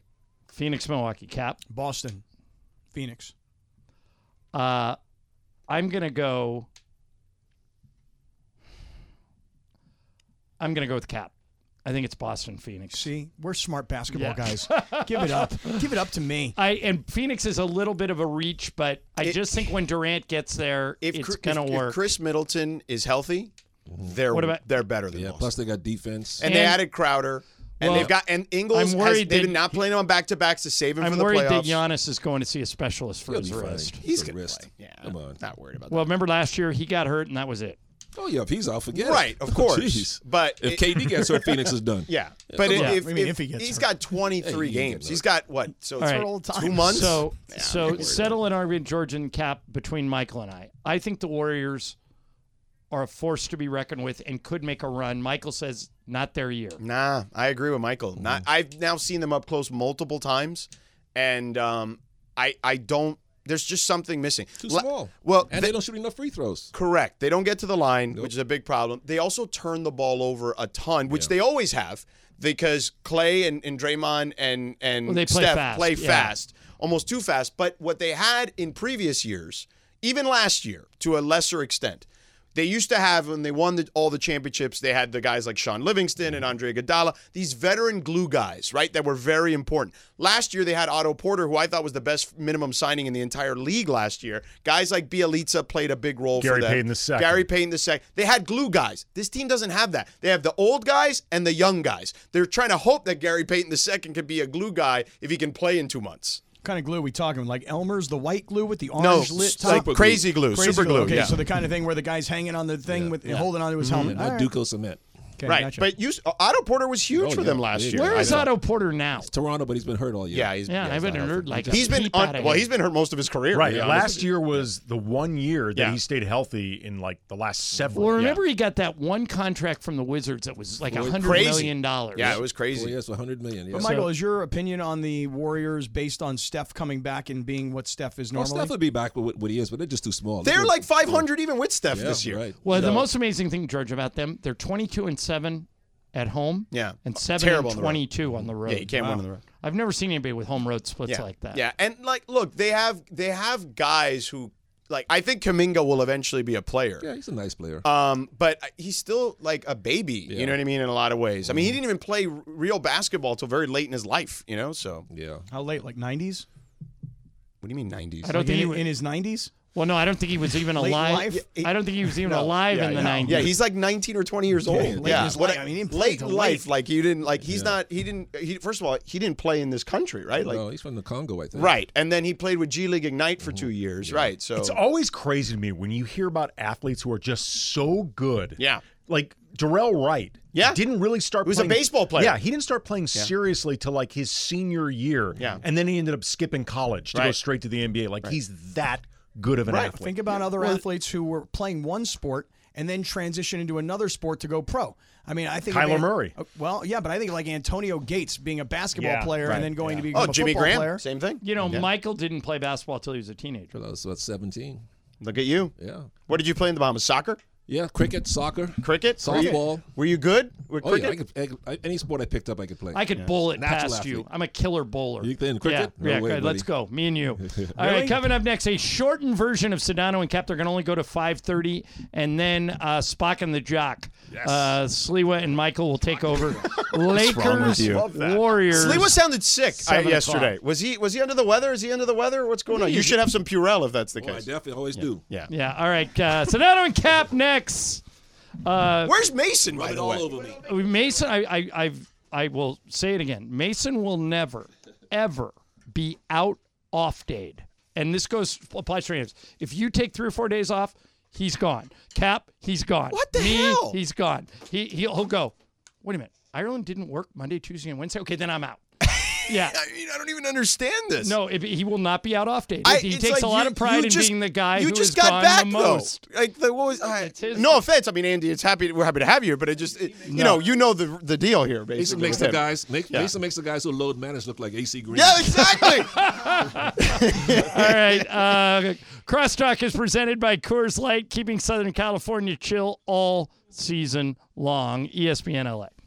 Speaker 3: Phoenix, Milwaukee, Cap.
Speaker 17: Boston, Phoenix.
Speaker 3: Uh, I'm gonna go. I'm gonna go with Cap. I think it's Boston, Phoenix.
Speaker 17: See, we're smart basketball
Speaker 3: Yeah.
Speaker 17: guys. Give it up. Give it up to me.
Speaker 3: I and Phoenix is a little bit of a reach, but I just think when Durant gets there, it's
Speaker 18: Cr-
Speaker 3: gonna
Speaker 18: if,
Speaker 3: work.
Speaker 18: If Chris Middleton is healthy, they're
Speaker 3: What about-
Speaker 18: they're better than Boston.
Speaker 9: Plus, they got defense.
Speaker 18: And, they added Crowder. And
Speaker 3: Well,
Speaker 18: they've got and Ingles.
Speaker 3: I'm
Speaker 18: Has,
Speaker 3: worried
Speaker 18: they've
Speaker 3: that-
Speaker 18: been not playing him on back to backs to save him
Speaker 3: I'm
Speaker 18: for the
Speaker 3: worried that
Speaker 18: playoffs.
Speaker 3: Giannis is going to see a specialist for
Speaker 18: He'll
Speaker 3: his
Speaker 18: be fine.
Speaker 3: wrist.
Speaker 18: He's
Speaker 9: The
Speaker 18: gonna
Speaker 9: wrist.
Speaker 18: play. Yeah,
Speaker 9: Come on.
Speaker 18: not worried about that.
Speaker 3: Well, remember last year he got hurt and that was it.
Speaker 9: Oh yeah, if he's out, forget it. Oh,
Speaker 18: Right, of course.
Speaker 9: Jeez.
Speaker 18: But
Speaker 9: if
Speaker 18: it-
Speaker 9: KD gets hurt, Phoenix is done.
Speaker 18: Yeah, but
Speaker 9: come
Speaker 18: if,
Speaker 9: on.
Speaker 18: if, if, he's got 23
Speaker 9: Hey, he can
Speaker 18: games,
Speaker 9: get
Speaker 18: he's got what? So
Speaker 3: All
Speaker 18: it's
Speaker 3: right.
Speaker 18: two months.
Speaker 3: So,
Speaker 18: Yeah, I'm
Speaker 3: so
Speaker 18: worried.
Speaker 3: settle an argument, George and Cap, between Michael and I. I think the Warriors are a force to be reckoned with and could make a run. Michael says not their year.
Speaker 18: Nah, I agree with Michael. Not,
Speaker 9: Mm-hmm.
Speaker 18: I've now seen them up close multiple times, and um, I I don't. There's just something missing.
Speaker 9: Too
Speaker 18: La-
Speaker 9: small.
Speaker 18: Well,
Speaker 9: and
Speaker 18: they-
Speaker 9: they don't shoot enough free throws.
Speaker 18: Correct. They don't get to the line, which is a big problem. They also turn the ball over a ton, which they always have because Clay and, and Draymond and and
Speaker 3: Well, they play
Speaker 18: Steph
Speaker 3: fast,
Speaker 18: play
Speaker 3: yeah.
Speaker 18: fast, almost too fast. But what they had in previous years, even last year to a lesser extent, they used to have when they won the, all the championships. They had the guys like Sean Livingston and Andre Iguodala, these veteran glue guys, right? That were very important. Last year they had Otto Porter, who I thought was the best minimum signing in the entire league last year. Guys like Bielitsa played a big role
Speaker 8: Gary
Speaker 18: for them.
Speaker 8: Payton the second.
Speaker 18: Gary Payton the second. They had glue guys. This team doesn't have that. They have the old guys and the young guys. They're trying to hope that Gary Payton the second can be a glue guy if he can play in two months.
Speaker 17: What kind of glue are we talking? Like Elmer's the white glue with the
Speaker 18: No,
Speaker 17: orange lit
Speaker 18: it's
Speaker 17: top?
Speaker 18: like crazy glue, super glue,
Speaker 17: Okay,
Speaker 18: yeah. Mm-hmm.
Speaker 17: so the kind of thing where the guy's hanging on the thing with holding onto his
Speaker 9: Mhm.
Speaker 17: helmet.
Speaker 9: Yeah,
Speaker 17: All
Speaker 9: no
Speaker 17: right.
Speaker 9: Duco cement.
Speaker 17: Okay,
Speaker 18: right.
Speaker 17: gotcha.
Speaker 18: But you, uh, Otto Porter was huge
Speaker 9: Oh,
Speaker 18: for
Speaker 9: yeah.
Speaker 18: them last
Speaker 9: Yeah,
Speaker 18: year.
Speaker 9: yeah.
Speaker 3: Where
Speaker 18: I
Speaker 3: is
Speaker 18: thought.
Speaker 3: Otto Porter now?
Speaker 9: Toronto, but he's been hurt all year.
Speaker 18: Yeah, he's
Speaker 3: Yeah, I haven't heard like a
Speaker 18: he's been
Speaker 3: peep out
Speaker 18: on,
Speaker 3: of
Speaker 18: well.
Speaker 3: him.
Speaker 18: He's been hurt most of his career.
Speaker 8: Right.
Speaker 18: to be honest
Speaker 8: Last
Speaker 18: with you.
Speaker 8: year was the one year that
Speaker 18: Yeah.
Speaker 8: he stayed healthy in like the last several.
Speaker 3: Well, remember he got that one contract from the Wizards that was like a
Speaker 8: Crazy.
Speaker 3: hundred million dollars.
Speaker 18: Yeah, it was crazy.
Speaker 9: Four years, 100 million. Yeah.
Speaker 17: But Michael, is your opinion on the Warriors based on Steph coming back and being what Steph is
Speaker 9: well,
Speaker 17: normally?
Speaker 9: Steph would be back with what- what he is, but they're just too small.
Speaker 18: They're
Speaker 9: Look
Speaker 18: like
Speaker 9: at-
Speaker 18: 500 even with Steph
Speaker 9: Yeah,
Speaker 18: this year.
Speaker 9: Right.
Speaker 3: Well, the
Speaker 9: No.
Speaker 3: most amazing thing, George, about them, they're 22 and 7 at home.
Speaker 18: Yeah.
Speaker 3: And 7
Speaker 18: Terrible on
Speaker 3: and
Speaker 18: the road.
Speaker 3: 22 on the road.
Speaker 18: Yeah, you can't win on the road.
Speaker 3: I've never seen anybody with home road splits
Speaker 18: yeah.
Speaker 3: like that.
Speaker 18: Yeah, and like, look, they have they have guys who like. I think Kaminga will eventually be a player.
Speaker 9: Yeah, he's a nice player.
Speaker 18: Um, but he's still like a baby. You know what I mean? In a lot of ways. I
Speaker 9: Mm-hmm.
Speaker 18: mean, he didn't even play r- real basketball till very late in his life. You know, so
Speaker 9: yeah.
Speaker 17: How late? Like 90s?
Speaker 18: What do you mean 90s?
Speaker 3: I don't think he
Speaker 17: in,
Speaker 3: was-
Speaker 17: in his 90s.
Speaker 3: Well, no, I don't think he was even
Speaker 17: Late
Speaker 3: alive.
Speaker 17: life?
Speaker 3: I don't think he was even
Speaker 18: No,
Speaker 3: alive
Speaker 18: yeah,
Speaker 3: in the
Speaker 18: yeah.
Speaker 3: 90s.
Speaker 18: Yeah, he's like 19 or 20 years old.
Speaker 3: late in
Speaker 18: yeah,
Speaker 17: his
Speaker 18: What
Speaker 17: life.
Speaker 18: a-
Speaker 17: I mean, he didn't play
Speaker 18: late
Speaker 17: till
Speaker 18: life.
Speaker 17: late.
Speaker 18: Like you didn't like. He's not. He didn't. He first of all, he didn't play in this country, right? Like
Speaker 9: no, he's from the Congo, I think.
Speaker 18: right. And then he played with G League Ignite for two years, right? So
Speaker 8: It's always crazy to me when you hear about athletes who are just so good.
Speaker 18: Yeah.
Speaker 8: Like Darrell Wright.
Speaker 18: Yeah.
Speaker 8: Didn't really start
Speaker 18: He was a
Speaker 8: playing.
Speaker 18: baseball player.
Speaker 8: Yeah. He didn't start playing seriously till like his senior year.
Speaker 18: Yeah.
Speaker 8: And then he ended up skipping college to go
Speaker 18: Right.
Speaker 8: straight to the NBA. Like he's that good of an athlete.
Speaker 17: Think about other athletes who were playing one sport and then transition into another sport to go pro. I mean, I think of
Speaker 8: Kyler Murray.
Speaker 17: uh, Well, yeah, but I think like Antonio Gates being a basketball
Speaker 8: Yeah,
Speaker 17: player
Speaker 8: right,
Speaker 17: and then going
Speaker 8: yeah.
Speaker 17: to become
Speaker 18: oh,
Speaker 17: a
Speaker 18: Jimmy
Speaker 17: football
Speaker 18: Graham,
Speaker 17: player.
Speaker 18: same thing.
Speaker 3: You know,
Speaker 9: Yeah.
Speaker 3: Michael didn't play basketball till he was a teenager.
Speaker 9: So that's 17.
Speaker 18: Look at you.
Speaker 9: Yeah.
Speaker 18: What did you play in the Bahamas? Soccer?
Speaker 9: Yeah, cricket, soccer,
Speaker 18: cricket,
Speaker 9: softball.
Speaker 18: Were you good?
Speaker 3: with
Speaker 9: oh yeah, I
Speaker 3: cricket?
Speaker 9: could, I could- I- any sport I picked up, I could play.
Speaker 3: I could
Speaker 9: Yeah.
Speaker 3: bowl it
Speaker 9: Natural
Speaker 3: past you.
Speaker 9: athlete.
Speaker 3: I'm a killer bowler.
Speaker 9: You think cricket?
Speaker 3: Yeah,
Speaker 9: No
Speaker 3: yeah
Speaker 9: way,
Speaker 3: good. let's go.
Speaker 9: buddy.
Speaker 3: Me and you. All right, coming up next, a shortened version of Sedano and Cap. They're going to only go to 5.30, and then uh, Spock and the Jock. Yes. Uh, Sliwa and Michael will take over. Lakers, Warriors.
Speaker 18: Sliwa sounded sick uh,
Speaker 3: seven
Speaker 18: yesterday.
Speaker 3: o'clock.
Speaker 18: Was he was he under the weather? Is he under the weather? What's going on? You should have some Purell if that's the
Speaker 9: Oh, I
Speaker 18: case.
Speaker 9: definitely always do.
Speaker 18: Yeah.
Speaker 3: Yeah, all right. Uh, Sedano and Cap next. Uh,
Speaker 18: Where's Mason? By the
Speaker 9: all
Speaker 18: way,
Speaker 9: over me.
Speaker 3: Mason, I, I, I've, I will say it again. Mason will never, ever be out off dayed. And this goes applies to names. If you take three or four days off, he's gone. Cap, he's gone. What the Me, hell? He's gone. He he'll, he'll go. Wait a minute. Ireland didn't work Monday, Tuesday, and Wednesday. Okay, then I'm out. Yeah.
Speaker 18: I mean, I don't even understand this.
Speaker 3: No, if, he will not be out off date.
Speaker 18: I-
Speaker 3: he
Speaker 18: it's
Speaker 3: takes
Speaker 18: like
Speaker 3: a lot
Speaker 18: you-
Speaker 3: of pride
Speaker 18: you
Speaker 3: in
Speaker 18: just-
Speaker 3: being the guy
Speaker 18: you
Speaker 3: who
Speaker 18: just
Speaker 3: has
Speaker 18: got
Speaker 3: gone
Speaker 18: back
Speaker 3: the
Speaker 18: though.
Speaker 3: most.
Speaker 18: Like, the, what was, I- no offense. I mean, Andy, it's happy. We're happy to have you, here, but it just, it- you know, you know the the deal here. Basically,
Speaker 9: Mason makes
Speaker 18: with
Speaker 9: the
Speaker 18: him.
Speaker 9: guys. Make,
Speaker 18: Yeah.
Speaker 9: Mason makes the guys who load manage look like AC Green.
Speaker 18: Yeah, exactly.
Speaker 3: All right. Uh, Crosstalk is presented by Coors Light, keeping Southern California chill all season long. E ESPN LA.